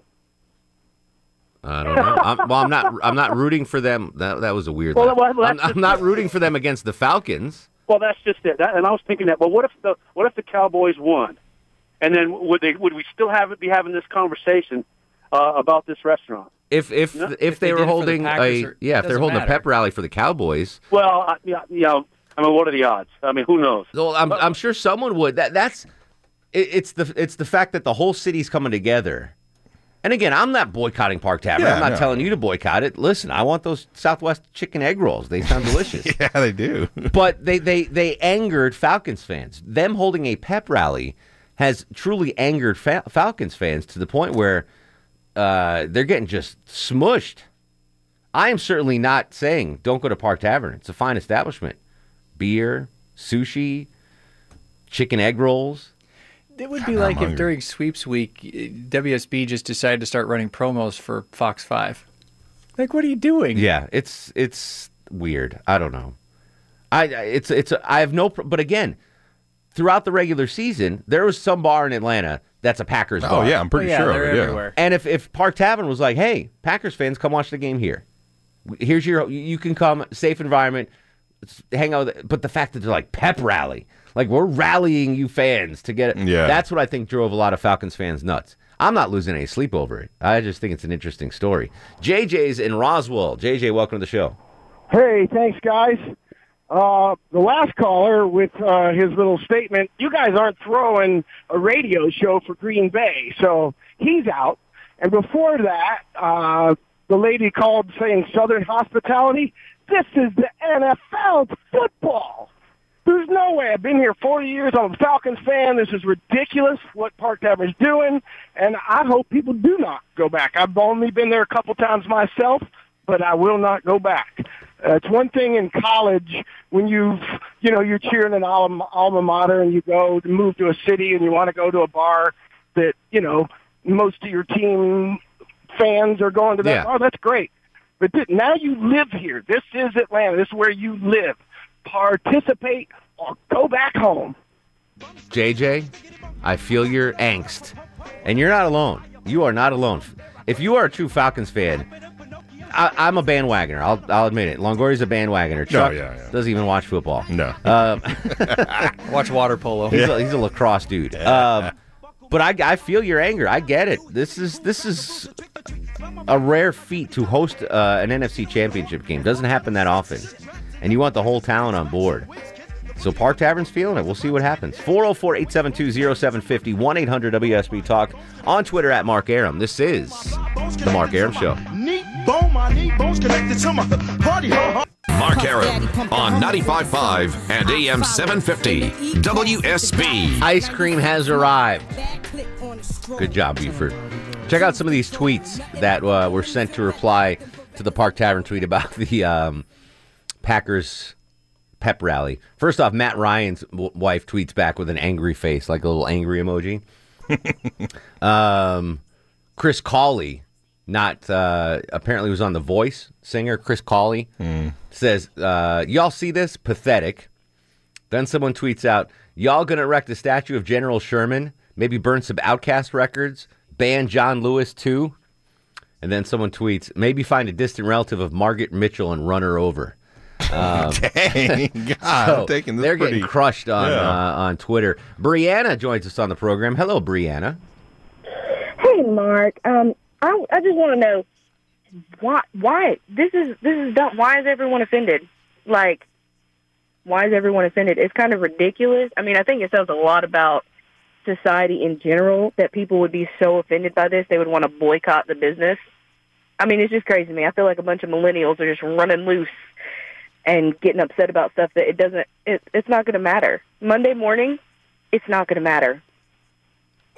Speaker 2: I don't know. I'm, well, I'm not. I'm not rooting for them. That that was a weird.
Speaker 14: Well,
Speaker 2: laugh.
Speaker 14: well, well,
Speaker 2: I'm,
Speaker 14: that's
Speaker 2: I'm not rooting for them against the Falcons.
Speaker 14: Well, that's just it. That, and I was thinking that. Well, what if the what if the Cowboys won, and then would they would we still have be having this conversation uh, about this restaurant?
Speaker 2: If if
Speaker 14: No,
Speaker 2: if,
Speaker 14: if
Speaker 2: they,
Speaker 14: they
Speaker 2: were
Speaker 14: did it for the
Speaker 2: holding
Speaker 14: Packers
Speaker 2: a
Speaker 14: or-
Speaker 2: yeah, if they're
Speaker 14: doesn't
Speaker 2: holding a
Speaker 14: matter.
Speaker 2: pep rally for the Cowboys,
Speaker 14: Well, I, yeah, you know, I mean, what are the odds? I mean, who knows?
Speaker 2: well, I'm I'm sure someone would. That that's it, it's the it's the fact that the whole city's coming together. And again, I'm not boycotting Park Tavern.
Speaker 4: Yeah,
Speaker 2: I'm not
Speaker 4: no.
Speaker 2: telling you to boycott it. Listen, I want those Southwest chicken egg rolls. They sound delicious.
Speaker 4: [LAUGHS] yeah, they do.
Speaker 2: but they, they they angered Falcons fans. Them holding a pep rally has truly angered Fa- Falcons fans to the point where uh, they're getting just smushed. I am certainly not saying don't go to Park Tavern. It's a fine establishment. Beer, sushi, chicken egg rolls.
Speaker 3: It would be
Speaker 2: I'm
Speaker 3: like
Speaker 2: hungry.
Speaker 3: if during sweeps week, eh, WSB just decided to start running promos for Fox 5. Like, what are you doing?
Speaker 2: Yeah, it's it's weird. I don't know. I I- it's it's I have no. pr- But again, throughout the regular season, there was some bar in Atlanta that's a Packers
Speaker 4: Oh,
Speaker 2: bar.
Speaker 4: yeah, I'm pretty Oh, yeah, sure of they're it, yeah. everywhere.
Speaker 2: And if if Park Tavern was like, hey, Packers fans, come watch the game here. Here's your you can come safe environment, s- hang out. With, but the fact that they're like pep rally, like we're rallying you fans to get it.
Speaker 4: Yeah.
Speaker 2: that's what I think drove a lot of Falcons fans nuts. I'm not losing any sleep over it. I just think it's an interesting story. JJ's in Roswell. JJ, welcome to the show.
Speaker 15: Hey, thanks, guys. Uh, the last caller with uh, his little statement, you guys aren't throwing a radio show for Green Bay, so he's out. And before that, uh, the lady called saying Southern hospitality. This is the NFL's football. There's no way. I've been here 40 years. I'm a Falcons fan. This is ridiculous what Park Tavern's doing, and I hope people do not go back. I've only been there a couple times myself, but I will not go back. Uh, it's one thing in college when you've, you know, you're cheering an alma, alma mater and you go to move to a city and you want to go to a bar that, you know, most of your team fans are going to that.
Speaker 16: Yeah.
Speaker 15: Oh, that's great. But th- now you live here. This is Atlanta. This is where you live. Participate or go back home.
Speaker 2: JJ, I feel your angst. And you're not alone. You are not alone. If you are a true Falcons fan, I, I'm a bandwagoner. I'll, I'll admit it. Longoria's a bandwagoner. Chuck
Speaker 4: Oh, yeah, yeah.
Speaker 2: doesn't even watch football. Um, No.
Speaker 3: Watch water polo.
Speaker 2: He's, a, he's a lacrosse dude. Um, but I, I feel your anger. I get it. This is this is a rare feat to host uh, an NFC Championship game. Doesn't happen that often, and you want the whole town on board. So Park Tavern's feeling it. We'll see what happens. 404-872-0750, 1-800-WSB Talk on Twitter at Mark Aram. This is the Mark Aram Show.
Speaker 17: Neat bone, my knee bones connected to my party. ho, ho.
Speaker 6: Mark Aram on 95.5 and AM 750 WSB.
Speaker 2: Ice cream has arrived. Good job, Buford. Check out some of these tweets that uh, were sent to reply to the Park Tavern tweet about the um, Packers pep rally. First off, Matt Ryan's w- wife tweets back with an angry face, like a little angry emoji. um, Chris Cauley, not uh, apparently was on The Voice singer. Chris Cauley says, uh, "Y'all see this? Pathetic." Then someone tweets out, "Y'all gonna erect a statue of General Sherman? Maybe burn some Outcast records? Ban John Lewis too?" And then someone tweets, "Maybe find a distant relative of Margaret Mitchell and run
Speaker 4: [LAUGHS]
Speaker 2: her over." Um, [LAUGHS]
Speaker 4: Dang, God, I'm taking this
Speaker 2: They're
Speaker 4: pretty-
Speaker 2: getting crushed on
Speaker 4: Yeah.
Speaker 2: uh, on Twitter. Brianna joins us on the program. Hello, Brianna.
Speaker 16: Hey, Mark. Um, I I just want to know why why this is this is dumb. Why is everyone offended? Like, why is everyone offended? It's kind of ridiculous. I mean, I think it says a lot about society in general that people would be so offended by this they would want to boycott the business. I mean, it's just crazy to me. I feel like a bunch of millennials are just running loose and getting upset about stuff that it doesn't. It, it's not going to matter. Monday morning, it's not going to matter.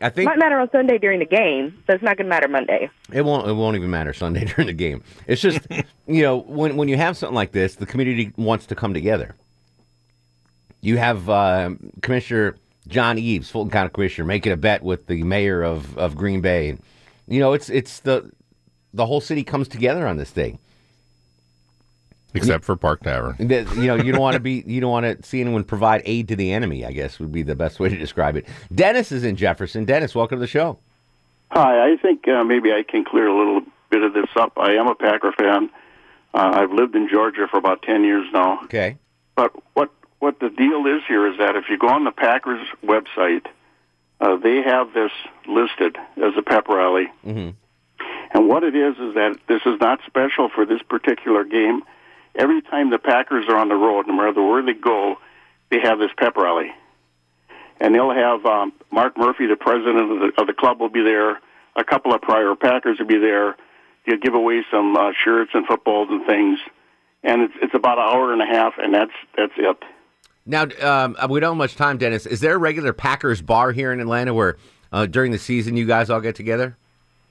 Speaker 2: I think
Speaker 16: Might matter on Sunday during the game, but it's not going to matter Monday.
Speaker 2: It won't. It won't even matter Sunday [LAUGHS] during the game.
Speaker 4: [LAUGHS]
Speaker 2: It's just, you know, when when you have something like this, the community wants to come together. You have uh, Commissioner John Eves, Fulton County Commissioner, making a bet with the mayor of, of Green Bay. You know, it's it's the the whole city comes together on this thing.
Speaker 4: Except for Park Tavern.
Speaker 2: That- you know, you don't want to
Speaker 4: [LAUGHS]
Speaker 2: be, you don't want to see anyone provide aid to the enemy. I guess would be the best way to describe it. Dennis is in Jefferson. Dennis, welcome to the show.
Speaker 18: Hi, I think uh, maybe I can clear a little bit of this up. I am a Packer fan. Uh, I've lived in Georgia for about ten years now.
Speaker 2: Okay.
Speaker 18: But what what the deal is here is that if you go on the Packers website, uh, they have this listed as a pep rally,
Speaker 2: Mm-hmm.
Speaker 18: and what it is is that this is not special for this particular game. Every time the Packers are on the road, no matter where they go, they have this pep rally, and they'll have um, Mark Murphy, the president of the, of the club, will be there. A couple of prior Packers will be there. They'll give away some uh, shirts and footballs and things, and it's it's about an hour and a half, and that's that's it.
Speaker 2: Now, um, we don't have much time, Dennis. Is there a regular Packers bar here in Atlanta where uh, during the season you guys all get together?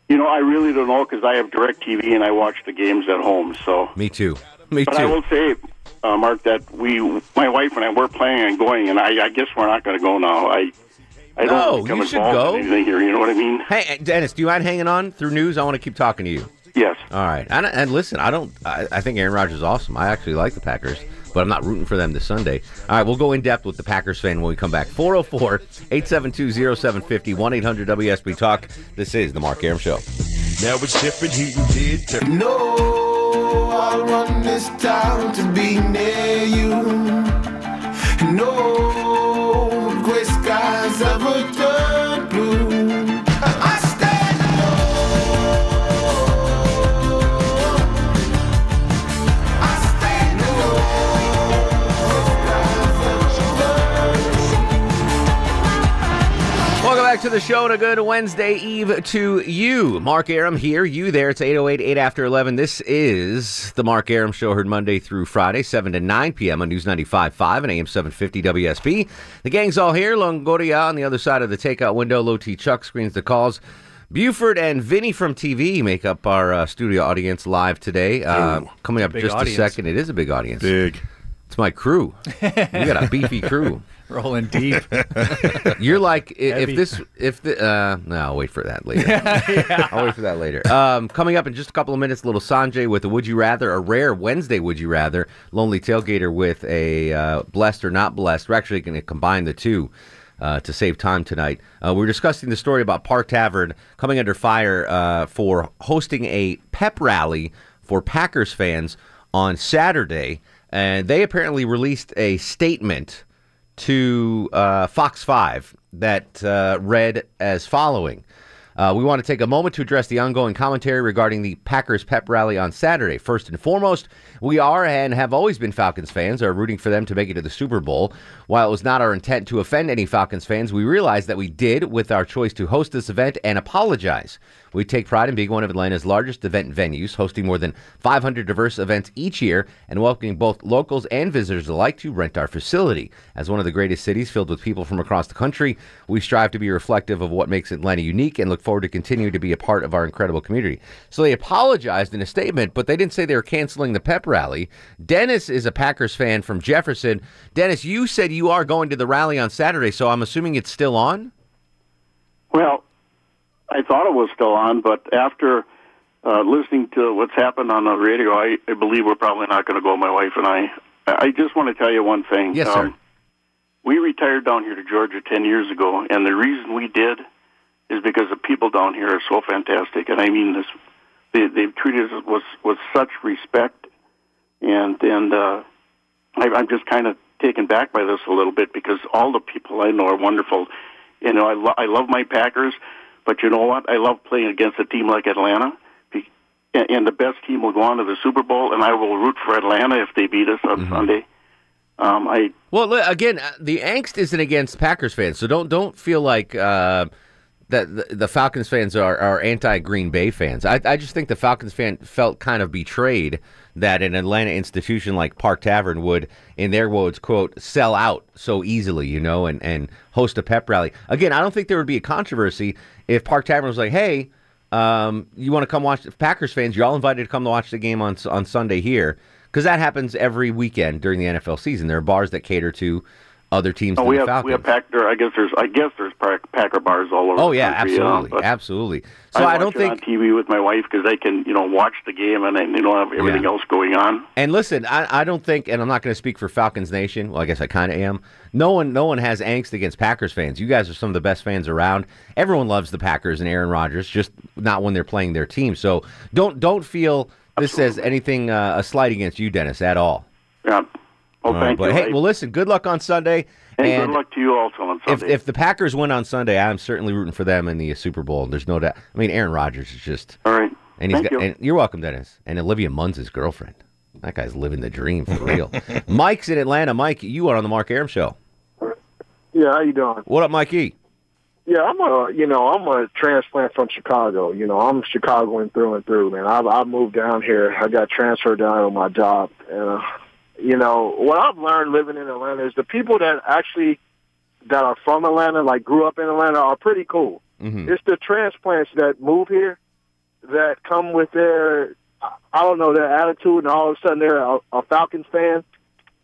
Speaker 18: You know, I really don't know because I have direct TV and I watch the games at home. So,
Speaker 2: Me too. Me
Speaker 18: but
Speaker 2: too.
Speaker 18: I will say, uh, Mark, that we, my wife and I, were planning on going, and I, I guess we're not going to go now. I, I
Speaker 2: No,
Speaker 18: don't become
Speaker 2: you should
Speaker 18: involved
Speaker 2: go.
Speaker 18: in anything here. You know what I mean?
Speaker 2: Hey, uh, Dennis, do you mind hanging on through news? I want to keep talking to you.
Speaker 18: Yes.
Speaker 2: All right. And, and listen, I don't. I, I think Aaron Rodgers is awesome. I actually like the Packers, but I'm not rooting for them this Sunday. All right, we'll go in depth with the Packers fan when we come back. 404 872 0750 1 800 WSB Talk. This is The Mark Aram Show.
Speaker 17: Now it's different, he did different.
Speaker 1: No, I want this town to be near you. No gray skies ever turn blue. I stand
Speaker 2: Welcome back to the show and a good Wednesday Eve to you. Mark Aram here, you there. It's 808, 8 after 11. This is the Mark Aram Show, heard Monday through Friday, 7 to 9 p.m. on News 95.5 and AM 750 WSB. The gang's all here. Longoria on the other side of the takeout window. Low T Chuck screens the calls. Buford and Vinny from TV make up our uh, studio audience live today. Uh, coming up
Speaker 3: Big
Speaker 2: just
Speaker 3: audience.
Speaker 2: a second. It is a big audience.
Speaker 4: Big.
Speaker 2: It's my crew. We got a beefy crew.
Speaker 3: [LAUGHS] Rolling deep.
Speaker 2: [LAUGHS] You're like i- if
Speaker 3: Heavy.
Speaker 2: this if the uh no, I'll wait for that
Speaker 3: [LAUGHS]
Speaker 2: later. I'll wait for that later. Um coming up in just a couple of minutes, little Sanjay with a Would You Rather, a rare Wednesday Would You Rather, Lonely Tailgater with a uh, blessed or not blessed. We're actually gonna combine the two. Uh, to save time tonight, uh, we we're discussing the story about Park Tavern coming under fire uh, for hosting a pep rally for Packers fans on Saturday, and they apparently released a statement to uh, Fox 5 that uh, read as following. Uh, we want to take a moment to address the ongoing commentary regarding the Packers pep rally on Saturday. First and foremost, we are and have always been Falcons fans, are rooting for them to make it to the Super Bowl. While it was not our intent to offend any Falcons fans, we realize that we did with our choice to host this event and apologize. We take pride in being one of Atlanta's largest event venues, hosting more than 500 diverse events each year and welcoming both locals and visitors alike to rent our facility. As one of the greatest cities filled with people from across the country, we strive to be reflective of what makes Atlanta unique and look forward to continuing to be a part of our incredible community. So they apologized in a statement, but they didn't say they were canceling the pep rally. Dennis is a Packers fan from Jefferson. Dennis, you said you are going to the rally on Saturday, so I'm assuming it's still on?
Speaker 18: Well, I thought it was still on, but after uh, listening to what's happened on the radio, I, I believe we're probably not going to go. My wife and I. I I just want to tell you one thing. Um,
Speaker 2: Yes, sir.
Speaker 18: we retired down here to Georgia ten years ago, and the reason we did is because the people down here are so fantastic, and I mean this. They, they've treated us with with such respect, and and uh, I, I'm just kind of taken back by this a little bit because all the people I know are wonderful. You know, I, lo- I love my Packers, but you know what? I love playing against a team like Atlanta, Be- and, and the best team will go on to the Super Bowl, and I will root for Atlanta if they beat us on Sunday. Um, I
Speaker 2: Well, li- again, uh, the angst isn't against Packers fans, so don't don't feel like uh, that the, the Falcons fans are, are anti Green Bay fans. I, I just think the Falcons fan felt kind of betrayed that an Atlanta institution like Park Tavern would, in their words, quote, sell out so easily, you know, and and host a pep rally. Again, I don't think there would be a controversy if Park Tavern was like, hey. Um, you want to come watch Packers fans? You're all invited to come to watch the game on on Sunday here because that happens every weekend during the NFL season. There are bars that cater to other teams.
Speaker 18: no,
Speaker 2: than
Speaker 18: Oh, we
Speaker 2: the
Speaker 18: have
Speaker 2: Falcons.
Speaker 18: we have Packer. I guess there's I guess there's Pack- Packer bars all over.
Speaker 2: oh
Speaker 18: the
Speaker 2: yeah,
Speaker 18: country, uh,
Speaker 2: absolutely,
Speaker 18: but
Speaker 2: absolutely. So I,
Speaker 18: watch
Speaker 2: don't
Speaker 18: it
Speaker 2: think.
Speaker 18: on TV with my wife because I can you know watch the game and then they don't have everything
Speaker 2: Yeah.
Speaker 18: else going on.
Speaker 2: And listen, I, I don't think, and I'm not going to speak for Falcons Nation. Well, I guess I kind of am. No one, no one has angst against Packers fans. You guys are some of the best fans around. Everyone loves the Packers and Aaron Rodgers, just not when they're playing their team. So don't don't feel this says anything uh, a slight against you, Dennis, at all.
Speaker 18: Yeah. Oh,
Speaker 2: All right,
Speaker 18: thank
Speaker 2: but
Speaker 18: you.
Speaker 2: hey,
Speaker 18: I-
Speaker 2: well, listen. Good luck on Sunday.
Speaker 18: and,
Speaker 2: and
Speaker 18: good luck to you also on
Speaker 2: if
Speaker 18: Sunday.
Speaker 2: if the Packers win on Sunday, I'm certainly rooting for them in the uh, Super Bowl. There's no doubt. I mean, Aaron Rodgers is just
Speaker 18: all right.
Speaker 2: And he's
Speaker 18: Thank
Speaker 2: got,
Speaker 18: you.
Speaker 2: And you're welcome, Dennis. And Olivia Munn's his girlfriend. That guy's living the dream for
Speaker 19: [LAUGHS]
Speaker 2: real. Mike's in Atlanta. Mike, you are on the Mark Aram show.
Speaker 19: Yeah, how you doing?
Speaker 2: What up, Mikey?
Speaker 19: Yeah, I'm a you know I'm a transplant from Chicago. You know I'm Chicagoan through and through, man. I I moved down here. I got transferred down on my job, and uh, you know what I've learned living in Atlanta is the people that actually that are from Atlanta, like grew up in Atlanta, are pretty cool. It's the transplants that move here that come with their, I don't know, their attitude, and all of a sudden they're a, a Falcons fan,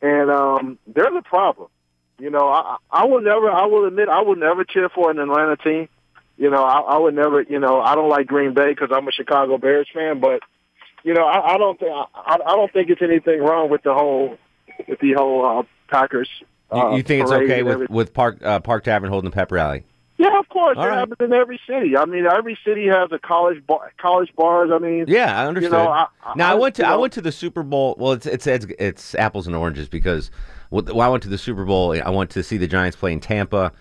Speaker 19: and um, they're the problem. You know, I, I will never, I will admit, I will never cheer for an Atlanta team. You know, I, I would never, you know, I don't like Green Bay because I'm a Chicago Bears fan, but you know, I, I don't think, I, I don't think it's anything wrong with the whole, with the whole uh, Packers.
Speaker 2: You,
Speaker 19: uh,
Speaker 2: you think it's
Speaker 19: parade
Speaker 2: okay
Speaker 19: and
Speaker 2: with,
Speaker 19: everything.
Speaker 2: with Park uh, Park Tavern holding the pep rally?
Speaker 19: Yeah, of course.
Speaker 2: All
Speaker 19: it
Speaker 2: right.
Speaker 19: happens in every city. I mean, every city has a college bar, college bars. I mean,
Speaker 2: Yeah, I understood.
Speaker 19: You know, I, I,
Speaker 2: now I went to
Speaker 19: you
Speaker 2: I
Speaker 19: know-
Speaker 2: went to the Super Bowl. Well, it's it's it's, it's apples and oranges because well, I went to the Super Bowl. I went to see the Giants play in Tampa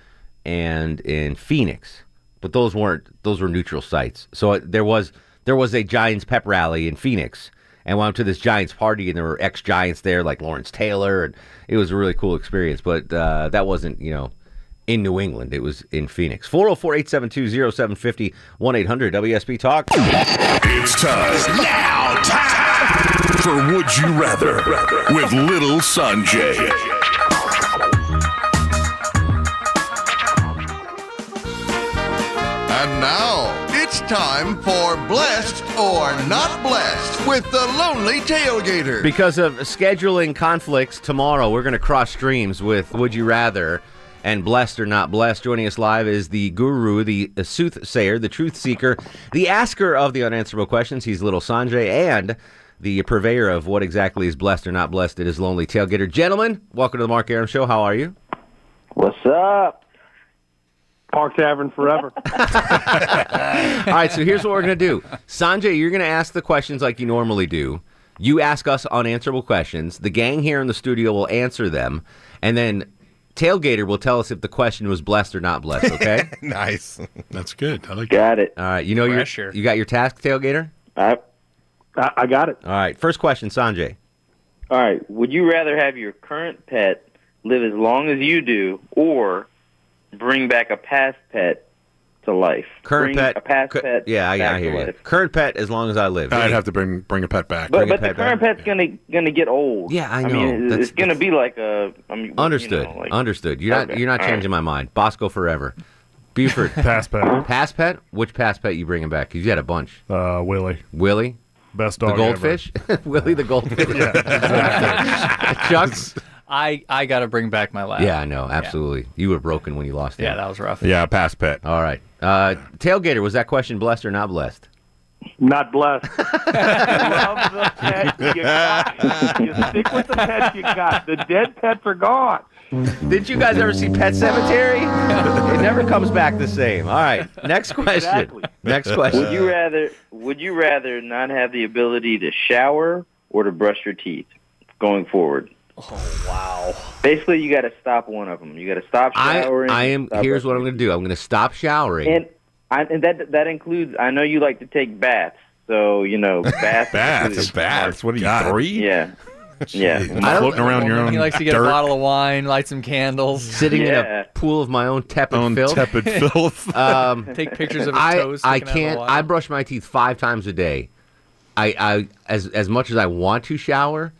Speaker 2: and in Phoenix, but those weren't those were neutral sites. So it, there was there was a Giants pep rally in Phoenix, and went to this Giants party, and there were ex Giants there like Lawrence Taylor, and it was a really cool experience. But uh, that wasn't you know in New England. It was in Phoenix. 404 872 0750 1 800 WSB Talk. It's time.
Speaker 20: Now, time for Would You Rather with Little Sanjay.
Speaker 21: And now it's time for Blessed or Not Blessed with the Lonely Tailgater.
Speaker 2: Because of scheduling conflicts tomorrow, we're going to cross streams with Would You Rather and Blessed or Not Blessed. Joining us live is the guru, the soothsayer, the truth seeker, the asker of the unanswerable questions. He's Little Sanjay and the purveyor of what exactly is blessed or not blessed. It is Lonely Tailgater. Gentlemen, welcome to the Mark Aram Show. How are you?
Speaker 19: What's up?
Speaker 11: Park Tavern
Speaker 19: [LAUGHS]
Speaker 11: forever.
Speaker 2: All right, so here's what we're going to do. Sanjay, you're going to ask the questions like you normally do. You ask us unanswerable questions. The gang here in the studio will answer them. And then Tailgater will tell us if the question was blessed or not blessed,
Speaker 22: [LAUGHS]
Speaker 2: okay?
Speaker 4: nice.
Speaker 2: That's good. I like Got it. All right, you know your,
Speaker 4: Pressure.
Speaker 2: you got your task, Tailgater?
Speaker 23: I, I got it.
Speaker 2: All right, first question, Sanjay.
Speaker 23: All right. Would you rather have your current pet live as long as you do, or bring back a past pet to life.
Speaker 2: Current
Speaker 23: Bring
Speaker 2: pet,
Speaker 23: a past
Speaker 2: cu-
Speaker 23: pet.
Speaker 2: Yeah, I,
Speaker 23: back
Speaker 2: I
Speaker 23: to
Speaker 2: hear you.
Speaker 23: life.
Speaker 2: Current pet, as long as I live.
Speaker 22: I'd have to bring bring a pet back.
Speaker 23: But, but the current pet's gonna gonna get old.
Speaker 2: Yeah, I know.
Speaker 23: mean, it-
Speaker 2: That's-
Speaker 23: it's gonna be like a. I mean, you know,
Speaker 2: Understood.
Speaker 23: like-
Speaker 2: Understood. You're not
Speaker 23: Okay,
Speaker 2: you're not
Speaker 23: all right.
Speaker 2: changing my mind. Bosco forever. Buford.
Speaker 5: [LAUGHS] pass pet.
Speaker 2: Pass pet. Which pass pet you bringing back? 'Cause you had a bunch.
Speaker 5: Uh, Willie.
Speaker 2: Willie.
Speaker 5: Best
Speaker 2: The
Speaker 5: dog ever.
Speaker 2: goldfish. [LAUGHS] Willie the goldfish. [LAUGHS] Chuck.
Speaker 3: I I got to bring back my laugh.
Speaker 2: Yeah, I know. Absolutely. You were broken when you lost.
Speaker 3: Yeah,
Speaker 2: him.
Speaker 3: that was rough.
Speaker 4: Yeah, pass pet.
Speaker 2: All right. Uh, tailgater. Was that question blessed or not blessed? [LAUGHS]
Speaker 7: Not blessed. Love the pet you got. You stick with the pet you got. The dead pets are gone.
Speaker 2: Did you guys ever see Pet
Speaker 23: [LAUGHS]
Speaker 2: Cemetery? it never comes back the same. All right. Next question.
Speaker 23: Exactly.
Speaker 2: Next question.
Speaker 23: Would you rather? Would you rather not have the ability to shower or to brush your teeth going forward? Oh wow! Basically, you got to stop one of them. You got to stop
Speaker 2: I
Speaker 23: showering.
Speaker 2: I am.
Speaker 23: stop
Speaker 2: Here's what I'm going to do. I'm going to stop showering.
Speaker 23: And I, and that that includes. I know you like to take baths, so
Speaker 2: [LAUGHS]
Speaker 23: you know baths. baths,
Speaker 4: baths. What are you three?
Speaker 23: Yeah, yeah.
Speaker 3: He likes to get a bottle of wine, light some candles,
Speaker 2: sitting in a pool of my own tepid filth. [LAUGHS] Um,
Speaker 3: tepid filth. [LAUGHS] Take pictures of his
Speaker 2: I,
Speaker 3: toes sticking out
Speaker 2: I
Speaker 3: of the
Speaker 2: can't.
Speaker 3: water.
Speaker 2: I brush my teeth five times a day. I, I as as much as I want to shower,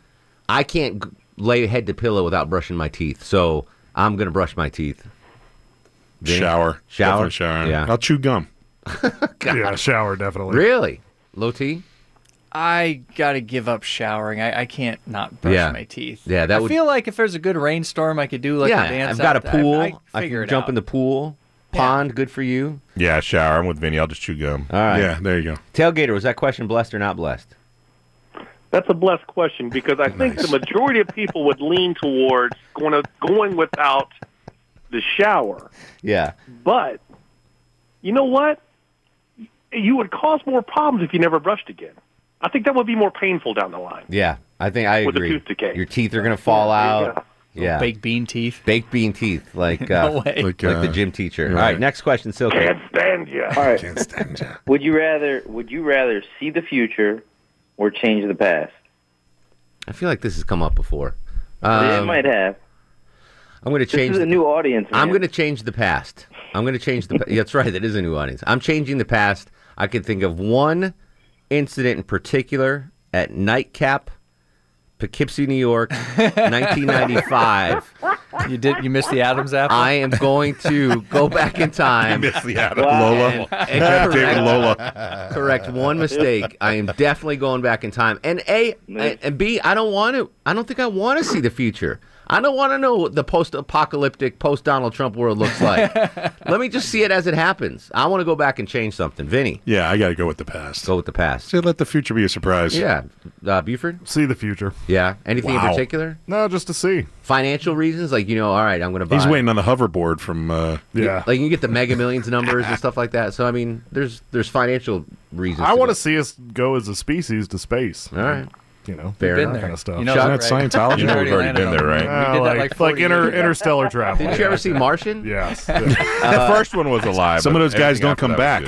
Speaker 2: I can't g- lay head to pillow without brushing my teeth. So I'm gonna brush my teeth. Vinny?
Speaker 22: Shower.
Speaker 2: shower,
Speaker 22: Definitely showering.
Speaker 2: Yeah,
Speaker 22: I'll
Speaker 2: [LAUGHS]
Speaker 22: chew gum.
Speaker 5: Yeah, shower definitely.
Speaker 2: Really, low T.
Speaker 3: I gotta give up showering. I, I can't not brush
Speaker 2: Yeah.
Speaker 3: my teeth.
Speaker 2: Yeah, that
Speaker 3: I
Speaker 2: would-
Speaker 3: feel like if there's a good rainstorm, I could do like
Speaker 2: yeah,
Speaker 3: a dance.
Speaker 2: I've got a
Speaker 3: out there.
Speaker 2: pool.
Speaker 3: I,
Speaker 2: I,
Speaker 3: I figure
Speaker 2: can
Speaker 3: it
Speaker 2: jump
Speaker 3: out.
Speaker 2: in the pool pond. Good for you.
Speaker 4: Yeah, shower. I'm with Vinny. I'll just chew gum.
Speaker 2: All right.
Speaker 4: Yeah, there you go.
Speaker 2: Tailgater, was that question blessed or not blessed?
Speaker 7: That's a blessed question because I think the majority of people would lean towards going going without the shower.
Speaker 2: Yeah.
Speaker 7: But you know what? You would cause more problems if you never brushed again. I think that would be more painful down the line.
Speaker 2: Yeah, I think I
Speaker 7: With the
Speaker 2: agree.
Speaker 7: tooth decay.
Speaker 2: Your teeth are gonna fall out.
Speaker 3: Little
Speaker 2: Yeah,
Speaker 3: baked bean teeth.
Speaker 2: Baked bean teeth,
Speaker 3: [LAUGHS]
Speaker 2: like uh,
Speaker 23: No way.
Speaker 2: like,
Speaker 23: Like,
Speaker 2: the
Speaker 23: uh,
Speaker 2: gym teacher.
Speaker 23: right.
Speaker 2: All right, next question, Silky.
Speaker 7: stand you.
Speaker 23: All right. [LAUGHS] Would you rather? Would you rather see the future or change the past?
Speaker 2: I feel like this has come up before.
Speaker 23: it
Speaker 2: Um,
Speaker 23: might have.
Speaker 2: I'm going to change.
Speaker 23: this is
Speaker 2: the-
Speaker 23: a new audience.
Speaker 2: I'm
Speaker 23: man.
Speaker 2: going to change the past. I'm going to change the. pa- [LAUGHS] That's right. That is a new audience. I'm changing the past. I can think of one incident in particular at Nightcap, Poughkeepsie,
Speaker 3: [LAUGHS]
Speaker 2: New York, 1995.
Speaker 3: You did. You missed the Adam's apple.
Speaker 2: I am going to go
Speaker 3: [LAUGHS]
Speaker 2: back in time.
Speaker 4: You missed the Adam's
Speaker 2: and-
Speaker 4: Lola.
Speaker 2: [LAUGHS]
Speaker 4: David
Speaker 2: and correct-
Speaker 4: Lola.
Speaker 3: [LAUGHS]
Speaker 2: Correct one mistake. I am definitely going back in time. And A and and B, I don't want to I don't think I want to see the future. I don't want to know what the post-apocalyptic, post-Donald Trump world
Speaker 3: [LAUGHS]
Speaker 2: looks like. Let me just see it as it happens. I want to go back and change something. Vinny.
Speaker 22: Yeah, I got to go with the past.
Speaker 2: Go with the past.
Speaker 22: let the future be a surprise.
Speaker 2: Yeah. Uh, Buford?
Speaker 5: See the future.
Speaker 2: Yeah. Anything in
Speaker 22: Wow.
Speaker 2: particular?
Speaker 5: No, just to see.
Speaker 2: Financial reasons? Like, you know, all right, I'm going to buy.
Speaker 22: He's waiting on the hoverboard from. Uh,
Speaker 2: Like you can get the mega millions numbers and stuff like that. So I mean, there's there's financial reasons.
Speaker 5: I
Speaker 2: to
Speaker 5: want
Speaker 2: go.
Speaker 5: to see us go as a species to space.
Speaker 2: All right.
Speaker 5: You know,
Speaker 2: Fair
Speaker 5: that
Speaker 2: enough.
Speaker 5: kind of stuff. Uh,
Speaker 2: You know Chuck? that, right? [LAUGHS] You know we've already been there, right?
Speaker 5: Yeah,
Speaker 2: We did that,
Speaker 5: like,
Speaker 2: like,
Speaker 5: like,
Speaker 2: 40
Speaker 5: inter,
Speaker 2: years ago.
Speaker 5: interstellar travel.
Speaker 2: Didn't you ever see
Speaker 3: [LAUGHS]
Speaker 2: Martian?
Speaker 5: Yes.
Speaker 4: the first one was alive.
Speaker 5: Some of those guys don't come
Speaker 4: back.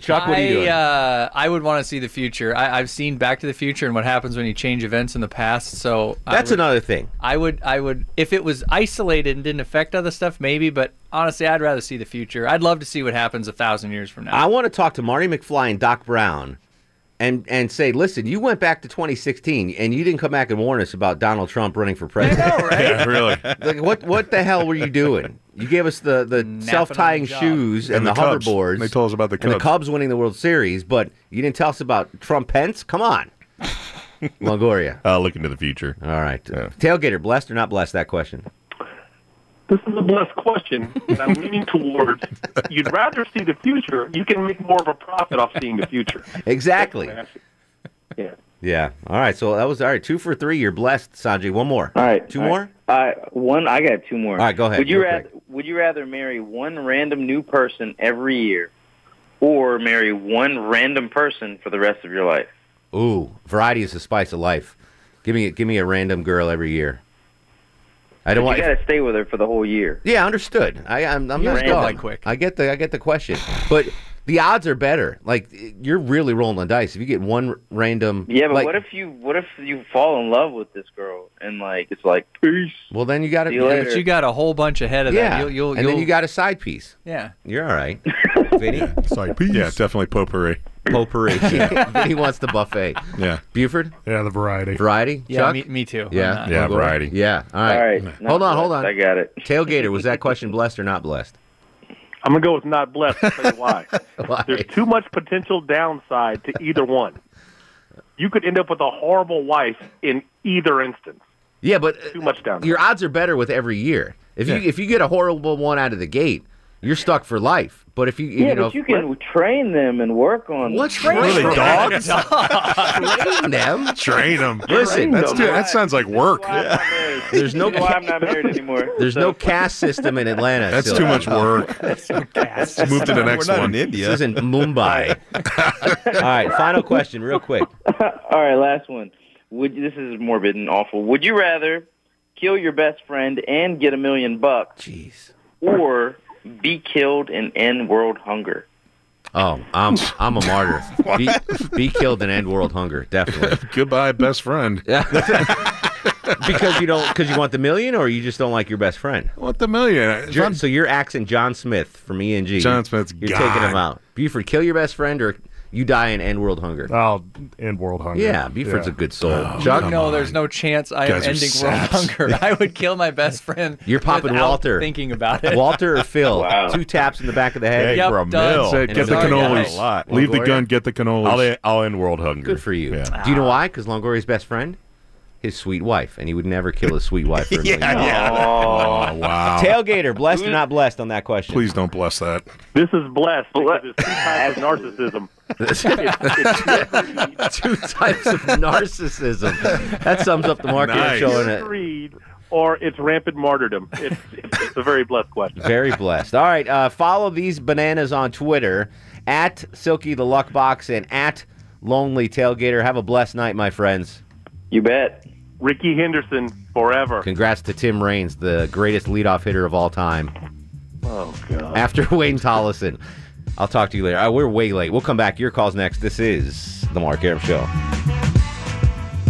Speaker 2: Chuck, what are you doing?
Speaker 3: I, uh, I would want to see the future. I, I've seen Back to the Future and what happens when you change events in the past. So I
Speaker 2: That's
Speaker 3: would-
Speaker 2: another thing.
Speaker 3: I would, I would, if it was isolated and didn't affect other stuff, maybe. But honestly, I'd rather see the future. I'd love to see what happens a thousand years from now.
Speaker 2: I want to talk to Marty McFly and Doc Brown and and say, listen, you went back to 2016 and you didn't come back and warn us about Donald Trump running for president.
Speaker 4: Yeah, really.
Speaker 2: like what what the hell were you doing? You gave us the, the self tying
Speaker 22: job.
Speaker 2: shoes and,
Speaker 22: And
Speaker 2: the,
Speaker 22: the Cubs.
Speaker 2: hoverboards.
Speaker 22: They told us about the
Speaker 2: and the
Speaker 22: Cubs.
Speaker 2: Cubs winning the World Series, but you didn't tell us about Trump Pence. Come on, Longoria.
Speaker 4: Uh, look into the future.
Speaker 2: All right, tailgater, blessed or not blessed? That question.
Speaker 7: This is a blessed question, and I'm leaning towards you'd rather see the future. You can make more of a profit off seeing the future.
Speaker 2: Exactly.
Speaker 7: Yeah.
Speaker 2: Yeah. All right. So that was all right. Two for three. You're blessed, Sanjay. One more.
Speaker 23: All right.
Speaker 2: Two
Speaker 23: all
Speaker 2: more.
Speaker 23: right. Uh, one. I got two more.
Speaker 2: All right, go ahead,
Speaker 23: Would you
Speaker 2: real
Speaker 23: rather? Would you rather marry one random new person every year, or marry one random person for the rest of your life?
Speaker 2: Ooh, variety is the spice of life. Give me give me a random girl every year. I don't
Speaker 23: But
Speaker 2: want.
Speaker 23: You got to stay with her for the whole year.
Speaker 2: Yeah, understood. I, I'm, I'm
Speaker 23: You
Speaker 2: not
Speaker 23: ran
Speaker 2: dumb.
Speaker 23: that quick.
Speaker 2: I get the I get the question, but the odds are better. Like you're really rolling the dice if you get one r- random.
Speaker 23: Yeah, but
Speaker 2: like-
Speaker 23: what if you? What if you fall in love with this girl and like it's like peace?
Speaker 2: Well, then you got
Speaker 23: See you later.
Speaker 3: But you got a whole bunch ahead of
Speaker 2: Yeah,
Speaker 3: that. You'll, you'll,
Speaker 2: and
Speaker 3: you'll,
Speaker 2: then you got a side piece.
Speaker 3: Yeah.
Speaker 2: You're all right. Vinny?
Speaker 22: Yeah, it's like, yeah, definitely potpourri. [LAUGHS]
Speaker 2: Potpourri.
Speaker 22: Yeah.
Speaker 2: Vinny wants the buffet.
Speaker 22: yeah.
Speaker 2: Buford?
Speaker 5: Yeah, the variety.
Speaker 2: Variety?
Speaker 3: Yeah,
Speaker 2: Chuck?
Speaker 3: me- me too. I'm
Speaker 2: Yeah.
Speaker 3: not-
Speaker 22: Yeah,
Speaker 2: We'll go with-
Speaker 22: variety.
Speaker 2: Yeah. All right.
Speaker 3: All right, not
Speaker 2: Hold on, hold on.
Speaker 3: blessed.
Speaker 23: I got it.
Speaker 2: Tailgater, was that question blessed or not blessed?
Speaker 7: I'm gonna go with not blessed. I'll tell
Speaker 2: [LAUGHS]
Speaker 7: you why. There's too much potential downside to either one. You could end up with a horrible wife in either instance.
Speaker 2: Yeah, but uh,
Speaker 7: Too much downside.
Speaker 2: your odds are better with every year. If you if you get a horrible one out of the gate, you're stuck for life. But if you
Speaker 23: Yeah,
Speaker 2: you know
Speaker 23: but you can train them and work on them.
Speaker 2: What train Really, them? dogs?
Speaker 23: [LAUGHS]
Speaker 2: train them,
Speaker 22: train them.
Speaker 2: Listen,
Speaker 22: that's too, that sounds like work.
Speaker 2: [LAUGHS] There's no
Speaker 23: That's why I'm not married anymore.
Speaker 2: there's no caste system in Atlanta.
Speaker 22: That's
Speaker 2: so-
Speaker 22: too much work.
Speaker 2: Let's
Speaker 22: move to the next We're not one. in India.
Speaker 2: This isn't Mumbai. All right, final question, real quick.
Speaker 23: [LAUGHS] All right, last one. Would this is morbid and awful. Would you rather kill your best friend and get a million bucks?
Speaker 2: Jeez.
Speaker 23: Or be killed and end world hunger?
Speaker 2: Oh,
Speaker 22: [LAUGHS]
Speaker 2: I'm I'm a martyr. be, be killed and end world hunger, definitely.
Speaker 22: [LAUGHS] Goodbye, best friend.
Speaker 2: [LAUGHS] because you don't because you want the million, or you just don't like your best friend.
Speaker 22: What the million?
Speaker 2: You're- so you're axing John Smith from E and G.
Speaker 22: John Smith's
Speaker 2: You're
Speaker 22: gone.
Speaker 2: taking him out. Buford, kill your best friend, or you die and end world hunger.
Speaker 5: I'll end world hunger.
Speaker 2: Yeah, Buford's a good soul.
Speaker 5: Oh,
Speaker 2: Chuck,
Speaker 3: no, there's no chance I am
Speaker 2: Guys are
Speaker 3: ending world
Speaker 2: saps. [LAUGHS]
Speaker 3: hunger. I would kill my best friend.
Speaker 2: You're popping
Speaker 3: without
Speaker 2: Walter.
Speaker 3: Thinking about it.
Speaker 2: Walter or [LAUGHS] Phil.
Speaker 3: Wow.
Speaker 2: Two taps in the back of the head.
Speaker 3: Yep, done.
Speaker 22: Said,
Speaker 2: And
Speaker 22: get
Speaker 2: a
Speaker 22: the
Speaker 2: million
Speaker 22: cannolis.
Speaker 2: dollars.
Speaker 22: Leave the gun, get the cannolis.
Speaker 4: I'll end, I'll end world hunger.
Speaker 2: Good for you. Do you know why? Because Longoria's best friend, his sweet wife, and he would never kill his sweet
Speaker 22: [LAUGHS]
Speaker 2: wife for a million dollars.
Speaker 22: Oh, wow.
Speaker 2: Tailgater, blessed or not blessed on that question?
Speaker 22: Please don't bless that.
Speaker 7: This is blessed because it's two types of narcissism. It's- it's
Speaker 2: [LAUGHS] Two types of narcissism. That sums up the market
Speaker 7: nice.
Speaker 2: show in it.
Speaker 7: Greed or it's rampant martyrdom. It's, it's a very blessed question.
Speaker 2: Very blessed. All right, uh, follow these bananas on Twitter at Silky the Luck Box and at Lonely Tailgater. Have a blessed night, my friends.
Speaker 23: You bet.
Speaker 7: Ricky Henderson forever.
Speaker 2: Congrats to Tim Raines, the greatest leadoff hitter of all time,
Speaker 7: Oh God.
Speaker 2: after [LAUGHS] Wayne Tollison. I'll talk to you later. Uh, we're way late. We'll come back. Your calls next. This is the Mark Aram Show.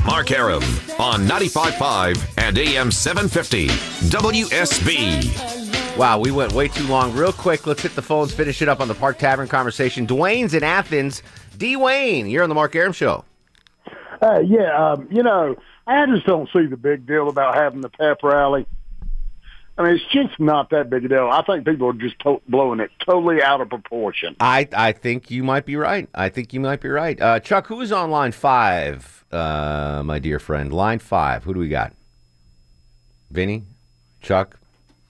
Speaker 6: Mark Aram on 95.5 and AM 750. WSB.
Speaker 2: Wow, we went way too long. Real quick, let's hit the phones, finish it up on the Park Tavern conversation. Dwayne's in Athens. Dwayne, you're on the Mark Aram Show.
Speaker 8: Uh, yeah, um, you know, I just don't see the big deal about having the pep rally. I mean, it's just not that big a deal. I think people are just to- blowing it totally out of proportion.
Speaker 2: I, I think you might be right. I think you might be right. Uh, Chuck, who's on line five, uh, my dear friend? Line five. Who do we got? Vinny, Chuck,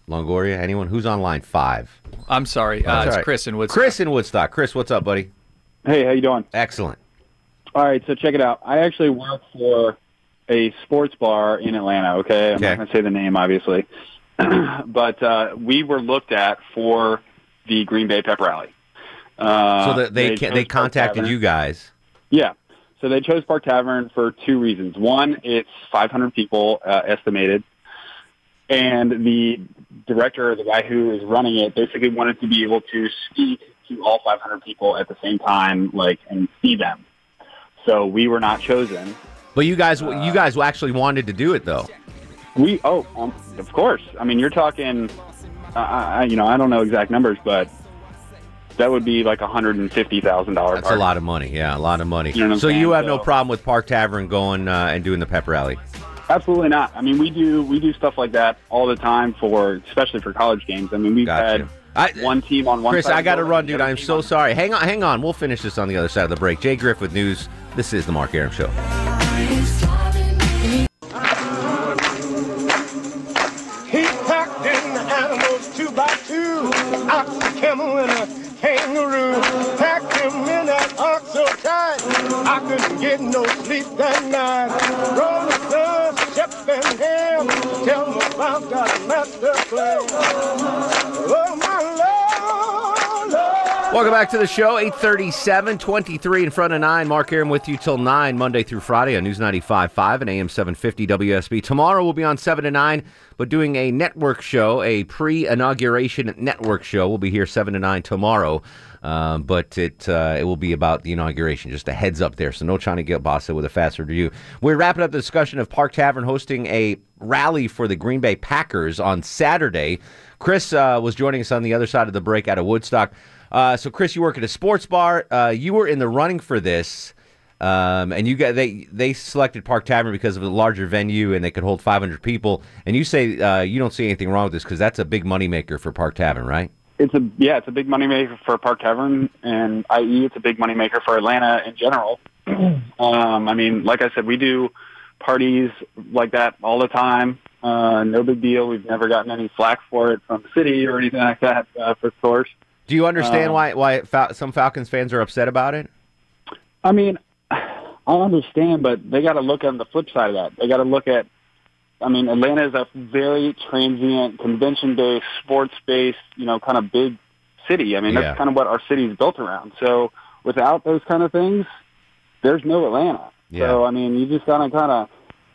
Speaker 2: Longoria, anyone? Who's on line five?
Speaker 3: I'm sorry. Uh,
Speaker 2: That's
Speaker 3: it's
Speaker 2: all right.
Speaker 3: Chris in Woodstock.
Speaker 2: Chris in Woodstock. Chris, what's up, buddy?
Speaker 9: Hey, how you doing?
Speaker 2: Excellent.
Speaker 9: All right, so check it out. I actually work for a sports bar in Atlanta. Okay, I'm not going to say the name, obviously, but uh, we were looked at for the Green Bay Pep Rally. Uh,
Speaker 2: so that they
Speaker 9: chose
Speaker 2: can, they
Speaker 9: Park
Speaker 2: contacted
Speaker 9: Tavern.
Speaker 2: you guys.
Speaker 9: Yeah. So they chose Park Tavern for two reasons. One, it's 500 people uh, estimated, and the director, the guy who is running it, basically wanted to be able to speak to all 500 people at the same time, like and see them. So we were not chosen. Uh,
Speaker 2: But you guys, you guys actually wanted to do it though.
Speaker 9: We oh, um, of course. I mean, you're talking. Uh, I, you know, I don't know exact numbers, but that would be like a hundred and fifty thousand dollars.
Speaker 2: That's a lot of money. Yeah, a lot of money.
Speaker 9: You know what I'm
Speaker 2: so you
Speaker 9: saying?
Speaker 2: have no
Speaker 9: So-
Speaker 2: problem with Park Tavern going uh, and doing the pep rally.
Speaker 9: Absolutely not. I mean, we do we do stuff like that all the time for especially for college games. I mean, we've had one team on one.
Speaker 2: Chris,
Speaker 9: side
Speaker 2: I
Speaker 9: of
Speaker 2: got to
Speaker 9: the
Speaker 2: run, dude. I'm so sorry. Hang on, hang on. We'll finish this on the other side of the break. Jay Griff with news. This is the Mark Aram Show.
Speaker 17: He packed in the animals two by two, ox, a camel, and a kangaroo. Packed him in that ox so tight, I couldn't get no sleep that night. Roll the sun, Shep and Ham, tell them about that master plan. Oh, my love, love.
Speaker 2: Welcome back to the show. 837, 23 in front of 9. Mark Aram with you till 9, Monday through Friday on News 95.5 and AM 750 WSB. Tomorrow we'll be on 7 to 9, but doing a network show, a pre inauguration network show. We'll be here 7 to 9 tomorrow, um, but it uh, it will be about the inauguration. Just a heads up there. So no Chani Gilbasa with a fast review. We're wrapping up the discussion of Park Tavern hosting a rally for the Green Bay Packers on Saturday. Chris uh, was joining us on the other side of the break out of Woodstock. Uh, so, Chris, you work at a sports bar. Uh, you were in the running for this, um, and you got they they selected Park Tavern because of a larger venue and they could hold 500 people. And you say uh, you don't see anything wrong with this because that's a big moneymaker for Park Tavern, right?
Speaker 9: It's a yeah, it's a big moneymaker for Park Tavern and IE. It's a big moneymaker for Atlanta in general. Um, I mean, like I said, we do parties like that all the time. Uh, no big deal. We've never gotten any flack for it from the city or anything like that uh, for source.
Speaker 2: Do you understand
Speaker 9: Um,
Speaker 2: why why Fal- some Falcons fans are upset about it?
Speaker 9: I mean, I understand, but they got to look on the flip side of that. They got to look at. I mean, Atlanta is a very transient, convention-based, sports-based, you know, kind of big city. I mean,
Speaker 10: Yeah.
Speaker 9: that's kind of what our city is built around. So without those kind of things, there's no Atlanta. So I mean, you just gotta kind of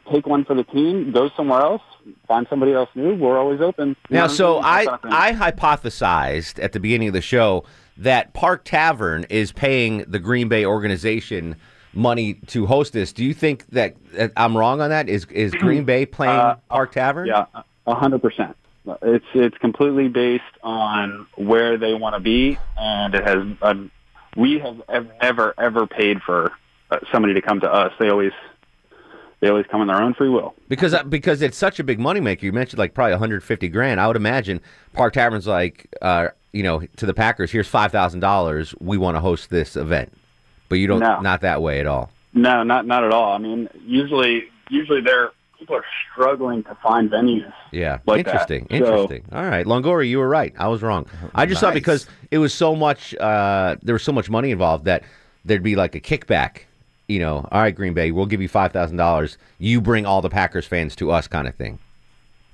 Speaker 9: take one for the team, go somewhere else, find somebody else new. We're always open. You know
Speaker 2: Now,
Speaker 9: what I'm
Speaker 2: so
Speaker 9: saying?
Speaker 2: I
Speaker 9: That kind of
Speaker 2: I hypothesized at the beginning of the show that Park Tavern is paying the Green Bay organization money to host this. Do you think that, that I'm wrong on that? Is
Speaker 9: [CLEARS THROAT]
Speaker 2: is Green Bay playing
Speaker 9: Uh,
Speaker 2: Park Tavern?
Speaker 9: Yeah, a hundred percent. It's it's completely based on where they want to be, and it has. Um, we have ev- never ever paid for uh, somebody to come to us. They always they always come on their own free will.
Speaker 2: Because uh, because it's such a big moneymaker. You mentioned like probably 150 grand. I would imagine Park Tavern's like uh, you know to the Packers. Here's five thousand dollars. We want to host this event, but you don't
Speaker 9: No.
Speaker 2: not that way at all.
Speaker 9: No, not not at all. I mean, usually usually they're people are struggling to find venues.
Speaker 2: Yeah.
Speaker 9: like that.
Speaker 2: interesting.
Speaker 9: So- Oh,
Speaker 2: Interesting. All right. Longoria, you were right. I was wrong. I just thought
Speaker 9: Nice.
Speaker 2: because it was so much, uh, there was so much money involved that there'd be like a kickback, you know, all right, Green Bay, we'll give you $5,000. You bring all the Packers fans to us kind of thing.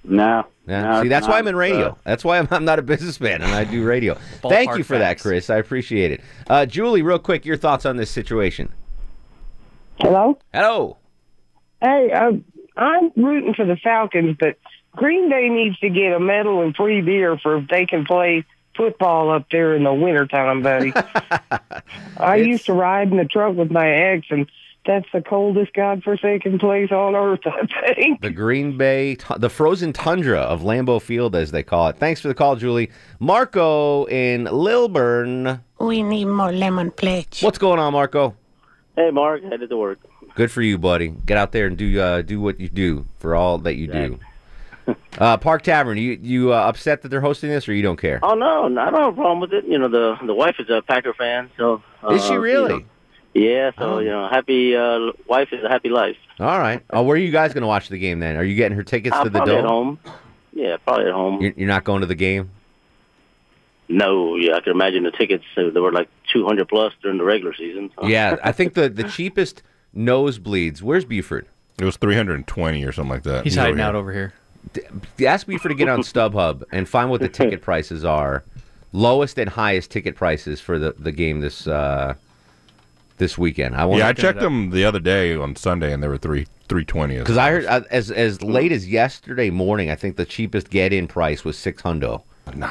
Speaker 9: No.
Speaker 2: Yeah.
Speaker 9: no,
Speaker 2: See, that's why I'm in
Speaker 9: not,
Speaker 2: radio.
Speaker 9: uh,
Speaker 2: that's why I'm, I'm not a businessman and I do radio. Thank you
Speaker 9: [LAUGHS] Ballpark
Speaker 2: for that, Chris. I appreciate it. Uh, Julie, real quick, your thoughts on this situation.
Speaker 12: Hello?
Speaker 2: Hello.
Speaker 12: Hey, I'm, I'm rooting for the Falcons, but Green Bay needs to get a medal and free beer for if they can play football up there in the wintertime, buddy. I used to ride in the truck with my ex, and that's the coldest godforsaken place on earth, [LAUGHS] I think.
Speaker 2: The Green Bay, tu- the frozen tundra of Lambeau Field, as they call it. Thanks for the call, Julie. Marco in Lilburn.
Speaker 13: We need more lemon pledge.
Speaker 2: What's going on, Marco?
Speaker 13: Hey, Mark, headed to work.
Speaker 2: Good for you, buddy. Get out there and do uh, do what you do for all that you do. Uh, Park Tavern, you you uh, upset that they're hosting this, or you don't care?
Speaker 13: Oh no, no, I don't have a problem with it. You know, the the wife is a Packer fan, so uh,
Speaker 2: Is she
Speaker 13: you
Speaker 2: really? Oh.
Speaker 13: know. yeah, so you know, happy uh, wife is a happy life.
Speaker 2: All right. Uh, where are you guys going to watch the game then? Are you getting her tickets
Speaker 13: Uh,
Speaker 2: to the
Speaker 13: probably
Speaker 2: dome?
Speaker 13: at home. Yeah, probably at home.
Speaker 2: You're, you're not going to the game.
Speaker 13: No, yeah, I can imagine the tickets. uh, They were like two hundred plus during the regular season. So.
Speaker 2: Yeah, I think the the
Speaker 13: [LAUGHS]
Speaker 2: cheapest nosebleeds. Where's Buford?
Speaker 4: It was 320 or something like that.
Speaker 2: He's hiding out
Speaker 3: over here.
Speaker 2: D- ask Buford to get on StubHub and find what the ticket prices are, lowest and highest ticket prices for the the game this uh, this weekend. I won't
Speaker 4: yeah, I checked them the other day on Sunday, and they were three 320.
Speaker 2: because I heard uh, as as late as yesterday morning, I think the cheapest get in price was six hundo. Nah,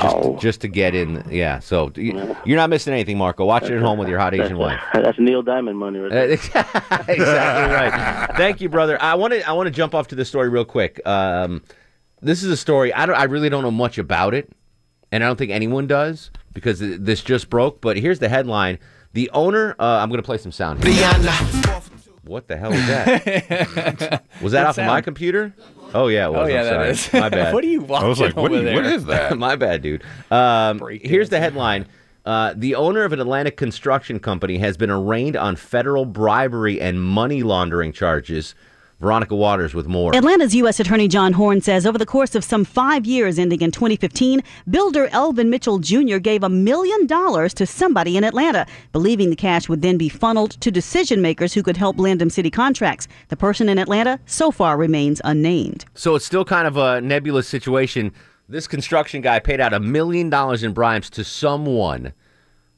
Speaker 2: just, just to get in. Yeah, so do you, you're not missing anything, Marco. Watch it at home with your hot Asian wife.
Speaker 13: [LAUGHS] That's Neil Diamond money,
Speaker 2: [LAUGHS]
Speaker 13: right? there.
Speaker 2: exactly right. Thank you, brother. I want to I want to jump off to this story real quick. Um, this is a story I don't I really don't know much about it, and I don't think anyone does because th- this just broke. But here's the headline: The owner. Uh, I'm going to play some sound. Here. What the hell
Speaker 3: [LAUGHS]
Speaker 2: is that? was that
Speaker 3: Good
Speaker 2: off of my
Speaker 3: sound.
Speaker 2: computer? Oh yeah, it was.
Speaker 3: Oh, yeah,
Speaker 2: I'm
Speaker 3: that
Speaker 2: sorry.
Speaker 3: is. [LAUGHS]
Speaker 2: My bad.
Speaker 3: What are you I was like, watching what are over you- what there? is [LAUGHS] that?
Speaker 2: [LAUGHS] my bad, dude. Um, here's the headline. Uh, the owner of an Atlanta construction company has been arraigned on federal bribery and money laundering charges. Veronica Waters with more.
Speaker 24: Atlanta's U.S. Attorney John Horn says over the course of some five years ending in 2015, builder Elvin Mitchell Jr. gave a million dollars to somebody in Atlanta, believing the cash would then be funneled to decision makers who could help land him city contracts. The person in Atlanta so far remains unnamed.
Speaker 2: So it's still kind of a nebulous situation. This construction guy paid out a million dollars in bribes to someone,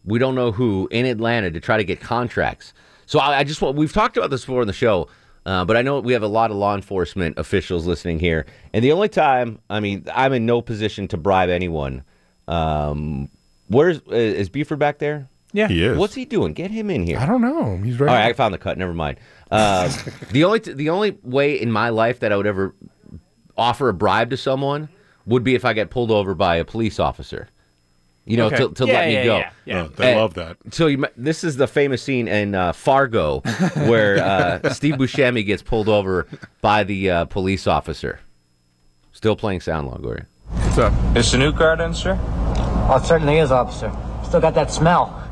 Speaker 2: we don't know who, in Atlanta to try to get contracts. So I, I just want, we've talked about this before in the show, uh, but I know we have a lot of law enforcement officials listening here. And the only time, I mean, I'm in no position to bribe anyone. Um, where's, is Buford back there?
Speaker 3: Yeah. He is.
Speaker 2: What's he doing? Get him in here.
Speaker 4: I don't know. He's right.
Speaker 2: All right, I found the cut. Never mind. Um, the only the only way in my life that I would ever offer a bribe to someone would be if I get pulled over by a police officer. you know,
Speaker 3: Okay.
Speaker 2: to, to
Speaker 3: Yeah,
Speaker 2: let me
Speaker 3: yeah,
Speaker 2: go.
Speaker 3: yeah, yeah. Oh,
Speaker 25: they love
Speaker 2: that. So you, mi- this is the famous scene in uh, Fargo where uh, Steve Buscemi gets pulled over by the uh, police officer. Still playing sound, Longoria.
Speaker 26: What's up? Is the new car in, sir?
Speaker 27: Oh, it certainly is, officer. Still got that smell.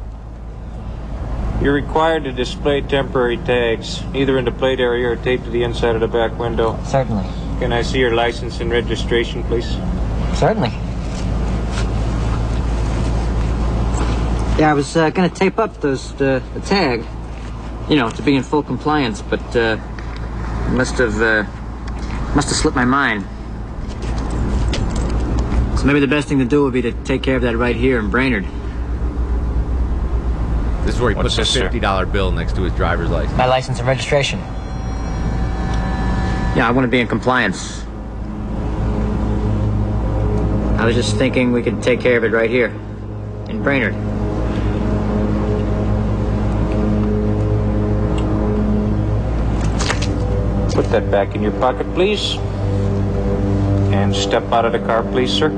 Speaker 26: You're required to display temporary tags, either in the plate area or taped to the inside of the back window.
Speaker 27: Certainly.
Speaker 26: Can I see your license and registration, please?
Speaker 27: Certainly. Yeah, I was uh, going to tape up those uh, the, the tag, you know, to be in full compliance, but uh, must have uh, must have slipped my mind. So maybe the best thing to do would be to take care of that right here in Brainerd.
Speaker 2: This is where he
Speaker 27: What's
Speaker 2: puts
Speaker 27: this,
Speaker 2: a
Speaker 27: sir?
Speaker 2: fifty dollar bill next to his driver's license.
Speaker 27: My license and registration. Yeah, I want to be in compliance. I was just thinking we could take care of it right here in Brainerd.
Speaker 26: Put that back in your pocket, please. And step out of the car, please, sir.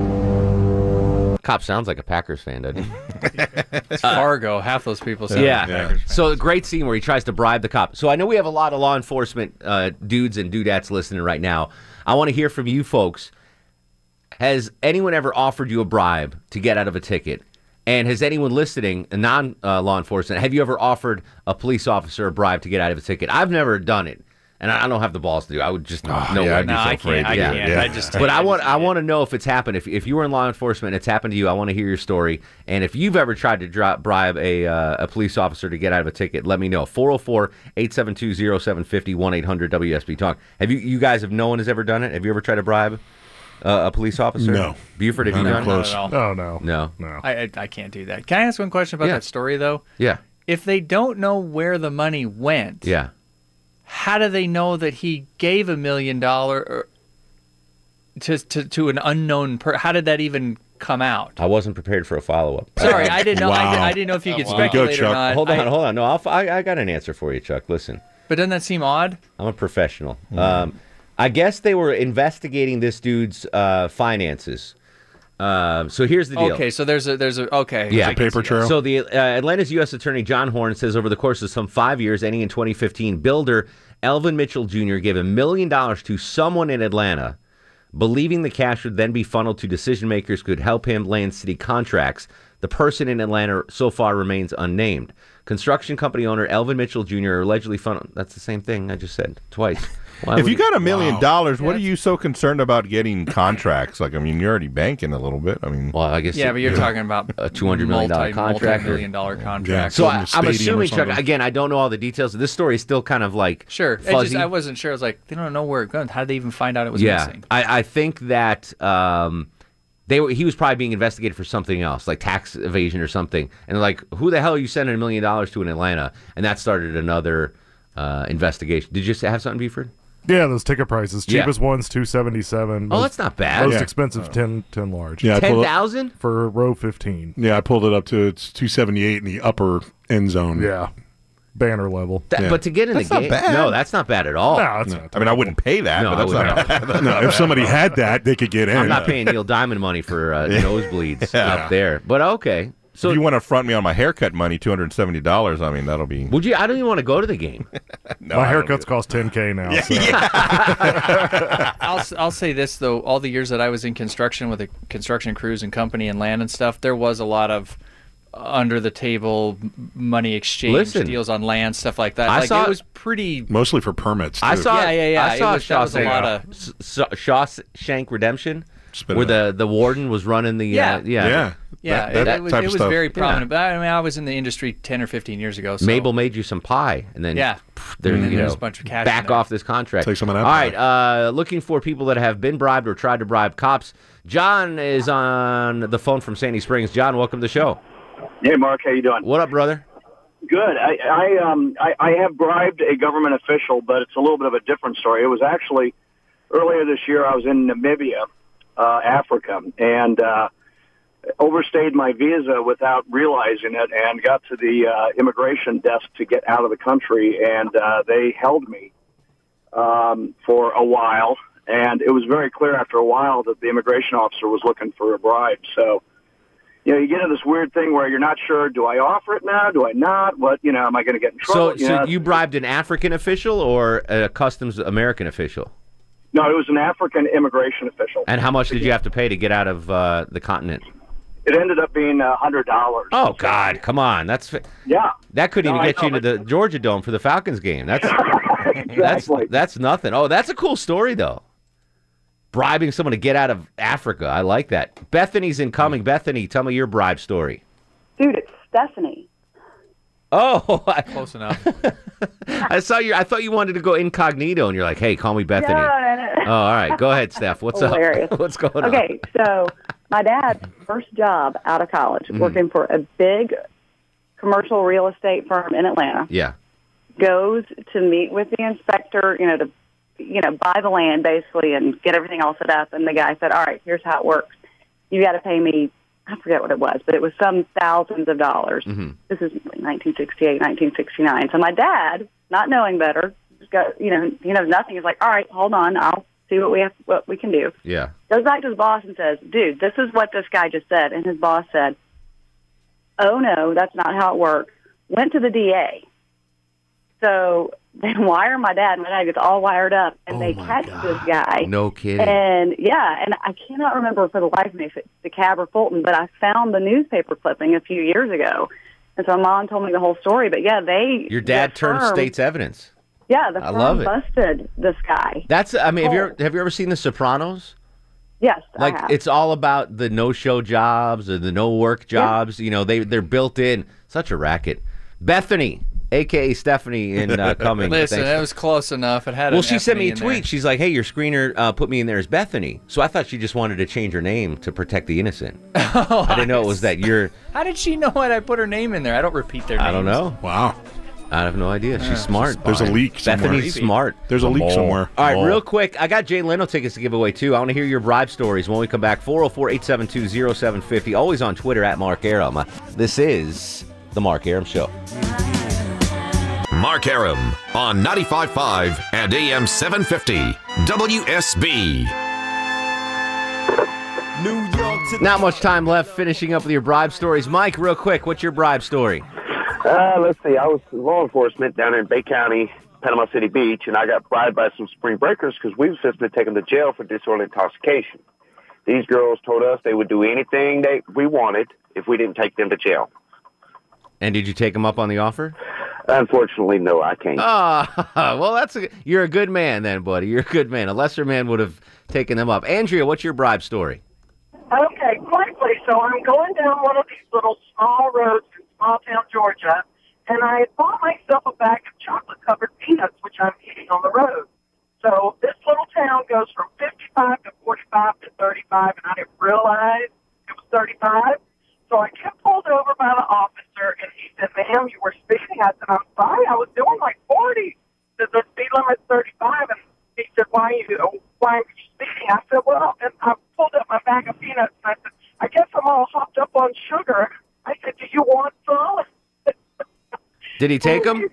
Speaker 2: Cop sounds like a Packers fan,
Speaker 4: [LAUGHS]
Speaker 2: doesn't he?
Speaker 3: It's Fargo. Half those people. Sound
Speaker 2: Uh, yeah.
Speaker 3: like Packers.
Speaker 2: So a great scene where he tries to bribe the cop. So I know we have a lot of law enforcement uh, dudes and dudettes listening right now. I want to hear from you folks. Has anyone ever offered you a bribe to get out of a ticket? And has anyone listening, non uh, law enforcement, have you ever offered a police officer a bribe to get out of a ticket? I've never done it, and I I don't have the balls to do. it. I would just no
Speaker 4: Ah, yeah,
Speaker 2: way.
Speaker 4: I'd be No, so I can't- afraid to I do it, can't. yeah. I just-
Speaker 2: but I want I want to know if it's happened. If if you were in law enforcement, it's happened to you. I want to hear your story. And if you've ever tried to drop, bribe a uh, a police officer to get out of a ticket, let me know. 404-872-0750 1-800 WSB Talk. Have you you guys have no one has ever done it? Have you ever tried to bribe uh, a police officer?
Speaker 25: No.
Speaker 2: Buford, have
Speaker 25: Not
Speaker 2: you
Speaker 25: even
Speaker 2: done
Speaker 25: close.
Speaker 2: it?
Speaker 25: Not at all. Oh, no.
Speaker 2: No.
Speaker 25: No.
Speaker 3: I, I I can't do that. Can I ask one question about
Speaker 2: Yeah.
Speaker 3: that story though?
Speaker 2: Yeah.
Speaker 3: If they don't know where the money went,
Speaker 2: Yeah.
Speaker 3: how do they know that he gave a million dollar to to to an unknown per? How did that even come out?
Speaker 2: I wasn't prepared for a follow up.
Speaker 3: Sorry, I didn't know. I, did, I didn't know if you could speculate or not.
Speaker 2: Hold on,
Speaker 3: I-
Speaker 2: hold on. No, I'll, fi- I, I got an answer for you, Chuck. Listen.
Speaker 3: But doesn't that seem odd?
Speaker 2: I'm a professional. Um, I guess they were investigating this dude's uh, finances. Um so here's the deal.
Speaker 3: Okay, so there's a there's a okay. I guess, yeah.
Speaker 2: So the uh, Atlanta's U.S. Attorney John Horn says over the course of some five years, ending in 2015, builder Elvin Mitchell Jr. gave a million dollars to someone in Atlanta, believing the cash would then be funneled to decision makers who could help him land city contracts. The person in Atlanta so far remains unnamed. Construction company owner Elvin Mitchell Jr. allegedly funneled. That's the same thing I just said twice.
Speaker 4: [LAUGHS]
Speaker 2: Why
Speaker 4: if
Speaker 2: would
Speaker 4: you
Speaker 2: it-
Speaker 4: got a million
Speaker 2: Wow.
Speaker 4: dollars, what are you so concerned about getting contracts? Like, I mean, you're already banking a little bit. I mean,
Speaker 2: well, I guess
Speaker 3: Yeah, but you're talking about
Speaker 2: a two hundred million dollar contract,
Speaker 3: multi-million dollar contract.
Speaker 2: So I, I'm assuming, Chuck. Again, I don't know all the details. This story is still kind of like
Speaker 3: Sure. I
Speaker 2: fuzzy.
Speaker 3: just I wasn't sure. I was like, they don't know where it went. How did they even find out it was
Speaker 2: yeah,
Speaker 3: missing?
Speaker 2: I, I think that um, they were. He was probably being investigated for something else, like tax evasion or something. And like, who the hell are you sending a million dollars to in Atlanta? And that started another uh, investigation. Did you have something, Buford?
Speaker 5: Yeah, those ticket prices.
Speaker 2: Yeah.
Speaker 5: Cheapest one's two seventy seven.
Speaker 2: Oh, that's not bad. Oh.
Speaker 5: Most
Speaker 25: Yeah.
Speaker 5: expensive ten ten large.
Speaker 25: Yeah, I pulled up-
Speaker 2: 10,000?
Speaker 5: for row fifteen.
Speaker 25: Yeah, I pulled it up to it's 278 in the upper end zone.
Speaker 5: Yeah, banner level.
Speaker 2: That- But to get in the game, no, that's not bad at all.
Speaker 5: No, that's
Speaker 25: No.
Speaker 4: I mean, I wouldn't pay that.
Speaker 2: No,
Speaker 4: but that's
Speaker 2: I
Speaker 4: not
Speaker 2: wouldn't.
Speaker 4: bad.
Speaker 5: [LAUGHS]
Speaker 4: [LAUGHS]
Speaker 25: no, if somebody had that, they could get in.
Speaker 2: I'm not paying Neil Diamond money
Speaker 4: [LAUGHS]
Speaker 2: for uh, nosebleeds up there. But okay, so
Speaker 4: if you want to front me on my haircut money, two hundred seventy dollars. I mean, that'll be.
Speaker 2: Would you? I don't even want to go to the game.
Speaker 4: [LAUGHS] no,
Speaker 5: My
Speaker 4: I don't
Speaker 5: haircuts cost ten k now. so.
Speaker 3: [LAUGHS]
Speaker 2: [LAUGHS]
Speaker 3: I'll, s- I'll say this though: all the years that I was in construction with the construction crews and company and land and stuff, there was a lot of under the table money exchange
Speaker 2: Listen.
Speaker 3: deals on land stuff like that.
Speaker 2: I
Speaker 3: like
Speaker 2: saw-
Speaker 3: it was pretty.
Speaker 25: Mostly for permits.
Speaker 2: I
Speaker 25: too.
Speaker 2: saw,
Speaker 3: Yeah, yeah, yeah.
Speaker 2: I
Speaker 3: It
Speaker 2: saw
Speaker 3: was- that was a
Speaker 2: Shawshank,
Speaker 3: lot of-
Speaker 2: S- Shaw- Shawshank Redemption,
Speaker 25: it
Speaker 2: where the, the warden was running the uh, yeah
Speaker 3: yeah. it- it was, it was very prominent. But I mean, I was in the industry ten or fifteen years ago. So
Speaker 2: Mabel made you some pie, and then
Speaker 3: Yeah.
Speaker 2: pff, there
Speaker 3: And then
Speaker 2: you
Speaker 3: there's
Speaker 2: know,
Speaker 3: a bunch of cash in
Speaker 2: back
Speaker 3: there.
Speaker 2: off this contract.
Speaker 25: Take some of that
Speaker 2: All right, uh, looking for people that have been bribed or tried to bribe cops. John is on the phone from Sandy Springs. John, welcome to the show.
Speaker 28: Hey, Mark, how you doing?
Speaker 2: What up, brother?
Speaker 28: Good. I, I um I, I have bribed a government official, but it's a little bit of a different story. It was actually earlier this year. I was in Namibia, uh, Africa, and uh, overstayed my visa without realizing it, and got to the uh, immigration desk to get out of the country, and uh, they held me um, for a while. And it was very clear after a while that the immigration officer was looking for a bribe. So you know, you get in this weird thing where you're not sure, do I offer it now? Do I not? What, you know, am I going to get in trouble?
Speaker 2: So, so
Speaker 28: know,
Speaker 2: you bribed an African official or a customs American official?
Speaker 28: No, it was an African immigration official.
Speaker 2: And how much did you have to pay to get out of uh, the continent?
Speaker 28: It ended up being uh, a hundred dollars.
Speaker 2: Oh God, come on, that's fi-
Speaker 28: Yeah, [LAUGHS]
Speaker 2: that couldn't
Speaker 28: No,
Speaker 2: even
Speaker 28: I
Speaker 2: get you
Speaker 28: know,
Speaker 2: into the Georgia Dome for the Falcons game.
Speaker 28: [LAUGHS]
Speaker 2: That's that's that's nothing. Oh, that's a cool story though. Bribing someone to get out of Africa, I like that. Bethany's incoming.
Speaker 3: Mm.
Speaker 2: Bethany, tell me your bribe story.
Speaker 1: Dude, it's Stephanie.
Speaker 2: Oh, [LAUGHS] I,
Speaker 3: Close enough.
Speaker 2: I saw you. I thought you wanted to go incognito, and you're like, "Hey, call me Bethany."
Speaker 1: Yeah, no,
Speaker 2: Oh,
Speaker 1: no.
Speaker 2: all right, go ahead, Steph. What's
Speaker 1: Hilarious.
Speaker 2: up? [LAUGHS] What's going on?
Speaker 1: okay, so my dad's first job out of college,
Speaker 2: Mhm.
Speaker 1: working for a big commercial real estate firm in Atlanta,
Speaker 2: Yeah.
Speaker 1: goes to meet with the inspector, you know, to you know, buy the land basically and get everything all set up and the guy said, All right, here's how it works. You gotta pay me I forget what it was, but it was some thousands of dollars. This is 1968, 1969. So my dad, not knowing better, just got you know he knows nothing. He's like, all right, hold on, I'll see what we have, what we can do.
Speaker 2: Yeah.
Speaker 1: Goes back to his boss and says, dude, this is what this guy just said. And his boss said, oh no, that's not how it works. Went to the DA. So [LAUGHS] they wire my dad. My dad gets all wired up, and they catch this guy.
Speaker 2: Oh No kidding.
Speaker 1: And yeah, and I cannot remember for the life of me if it's DeKalb or Fulton, but I found the newspaper clipping a few years ago. And so my mom told me the whole story. But yeah, they
Speaker 2: Your dad
Speaker 1: the
Speaker 2: turned
Speaker 1: firm-
Speaker 2: state's evidence.
Speaker 1: Yeah, the
Speaker 2: I
Speaker 1: firm
Speaker 2: love it.
Speaker 1: busted this guy.
Speaker 2: That's. I mean, have you
Speaker 1: Oh.
Speaker 2: ever, have you ever seen The Sopranos?
Speaker 1: Yes, I
Speaker 2: Like
Speaker 1: have.
Speaker 2: it's all about the no-show jobs or the no-work jobs. You know, they they're built in. Such a racket. Bethany, aka Stephanie,
Speaker 3: [LAUGHS]
Speaker 2: in uh, coming.
Speaker 3: Listen,
Speaker 2: Thanks.
Speaker 3: that was close enough. It had.
Speaker 2: well,
Speaker 3: an
Speaker 2: she sent me a
Speaker 3: Ethne in
Speaker 2: tweet. She's like, "Hey, your screener uh, put me in there as Bethany." So I thought she just wanted to change her name to protect the
Speaker 3: [LAUGHS]
Speaker 2: innocent. I didn't know it was that you're.
Speaker 3: there. How did she know what I put her name in there? I don't repeat their names.
Speaker 2: I don't know. Wow. I have no idea.
Speaker 3: Yeah,
Speaker 2: She's smart.
Speaker 3: she's There's a fine. leak somewhere.
Speaker 2: Bethany's smart.
Speaker 5: There's a leak
Speaker 2: Mole.
Speaker 5: somewhere.
Speaker 2: All right,
Speaker 5: Mole.
Speaker 2: real quick. I got Jay Leno tickets to give away, too. I want to hear your bribe stories when we come back. 404 872 0750. Always on Twitter at Mark Aram. This is The Mark Aram Show.
Speaker 6: Mark Aram on 95.5 and AM 750 WSB.
Speaker 2: Not much time left finishing up with your bribe stories. Mike, real quick, what's your bribe story?
Speaker 13: Uh, let's see. I was law enforcement down in Bay County, Panama City Beach, and I got bribed by some spring breakers because we was supposed to take them to jail for disorderly intoxication. These girls told us they would do anything they we wanted if we didn't take them to jail.
Speaker 2: And did you take him up on the offer? [LAUGHS]
Speaker 13: Unfortunately, no, I can't.
Speaker 2: Ah, well, that's a, you're a good man then, buddy. You're a good man. A lesser man would have taken them up. Andrea, what's your bribe story?
Speaker 25: Okay, quickly. So I'm going down one of these little small roads in small town Georgia, and I had bought myself a bag of chocolate covered peanuts, which I'm eating on the road. So this little town goes from 55 to 45 to 35, and I didn't realize it was 35. So I get pulled over by the officer, and he said, "Ma'am, you were speeding." I said, "I'm sorry, Uh, I was doing like 40." He said, "The speed limit's 35," and he said, "Why are you why are you speeding?" I said, "Well," and I pulled up my bag of peanuts, and I said, "I guess I'm all hopped up on sugar." I said, "Do you want some?"
Speaker 2: Did he take them?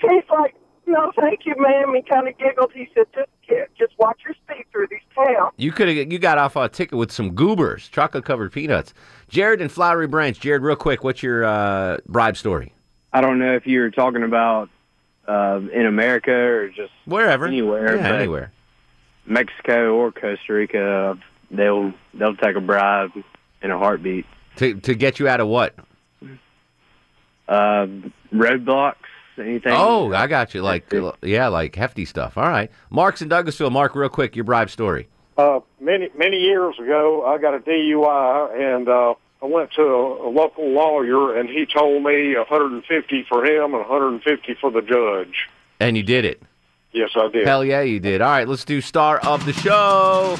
Speaker 25: He's like, "No, thank you, ma'am." He kind of giggled. He said, "Just kid, just watch your speed through these towns."
Speaker 2: You could have you got off on a ticket with some goobers, chocolate covered peanuts. Jared and Flowery Branch. Jared, real quick, what's your uh, bribe story?
Speaker 23: I don't know if you were talking about uh, in America or just
Speaker 2: wherever,
Speaker 23: anywhere,
Speaker 2: Yeah,
Speaker 23: but
Speaker 2: anywhere.
Speaker 23: Mexico or Costa Rica, they'll they'll take a bribe in a heartbeat.
Speaker 2: To to get you out of what?
Speaker 23: Uh, roadblocks, anything?
Speaker 2: Oh, I got you. Like yeah, like hefty stuff. All right. Mark's in Douglasville. Mark, real quick, your bribe story.
Speaker 19: Uh, many many years ago, I got a DUI, and uh, I went to a, a local lawyer, and he told me 150 for him and 150 for the judge.
Speaker 2: And you did it.
Speaker 19: Yes, I did.
Speaker 2: Hell yeah, you did. All right, let's do star of the show.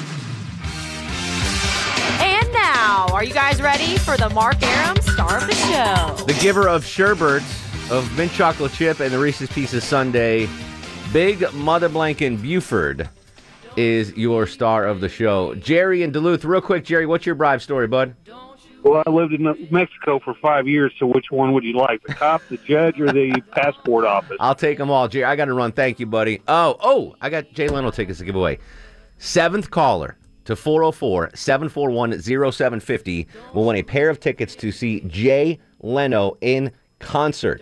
Speaker 19: And now, are you guys ready for the Mark Aram star of the show?
Speaker 2: The giver of sherbet, of mint chocolate chip, and the Reese's Pieces Sunday, Big Mother Blanken Buford is your star of the show. Jerry in Duluth, real quick, Jerry, what's your bribe story, bud?
Speaker 29: Well, I lived in Me- Mexico for five years, so which one would you like? The cop, the judge, or
Speaker 2: [LAUGHS]
Speaker 29: the passport office?
Speaker 2: I'll take them all, Jerry. I got to run. Thank you, buddy. Oh, oh, I got Jay Leno tickets to give away. Seventh caller to 404 741 0750 will win a pair of tickets to see Jay Leno in concert.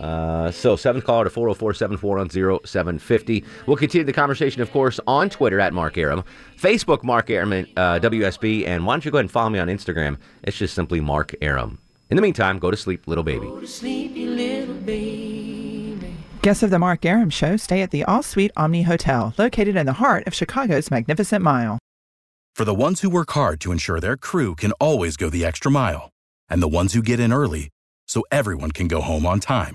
Speaker 2: Uh, so, seventh caller to 404 741 0750. We'll continue the conversation, of course, on Twitter at Mark Aram, Facebook Mark Aram uh, WSB, and why don't you go ahead and follow me on Instagram? It's just simply Mark Aram. In the meantime, go to sleep, little baby.
Speaker 30: Guests of the Mark Aram Show stay at the All Suite Omni Hotel, located in the heart of Chicago's Magnificent Mile.
Speaker 31: For the ones who work hard to ensure their crew can always go the extra mile, and the ones who get in early so everyone can go home on time,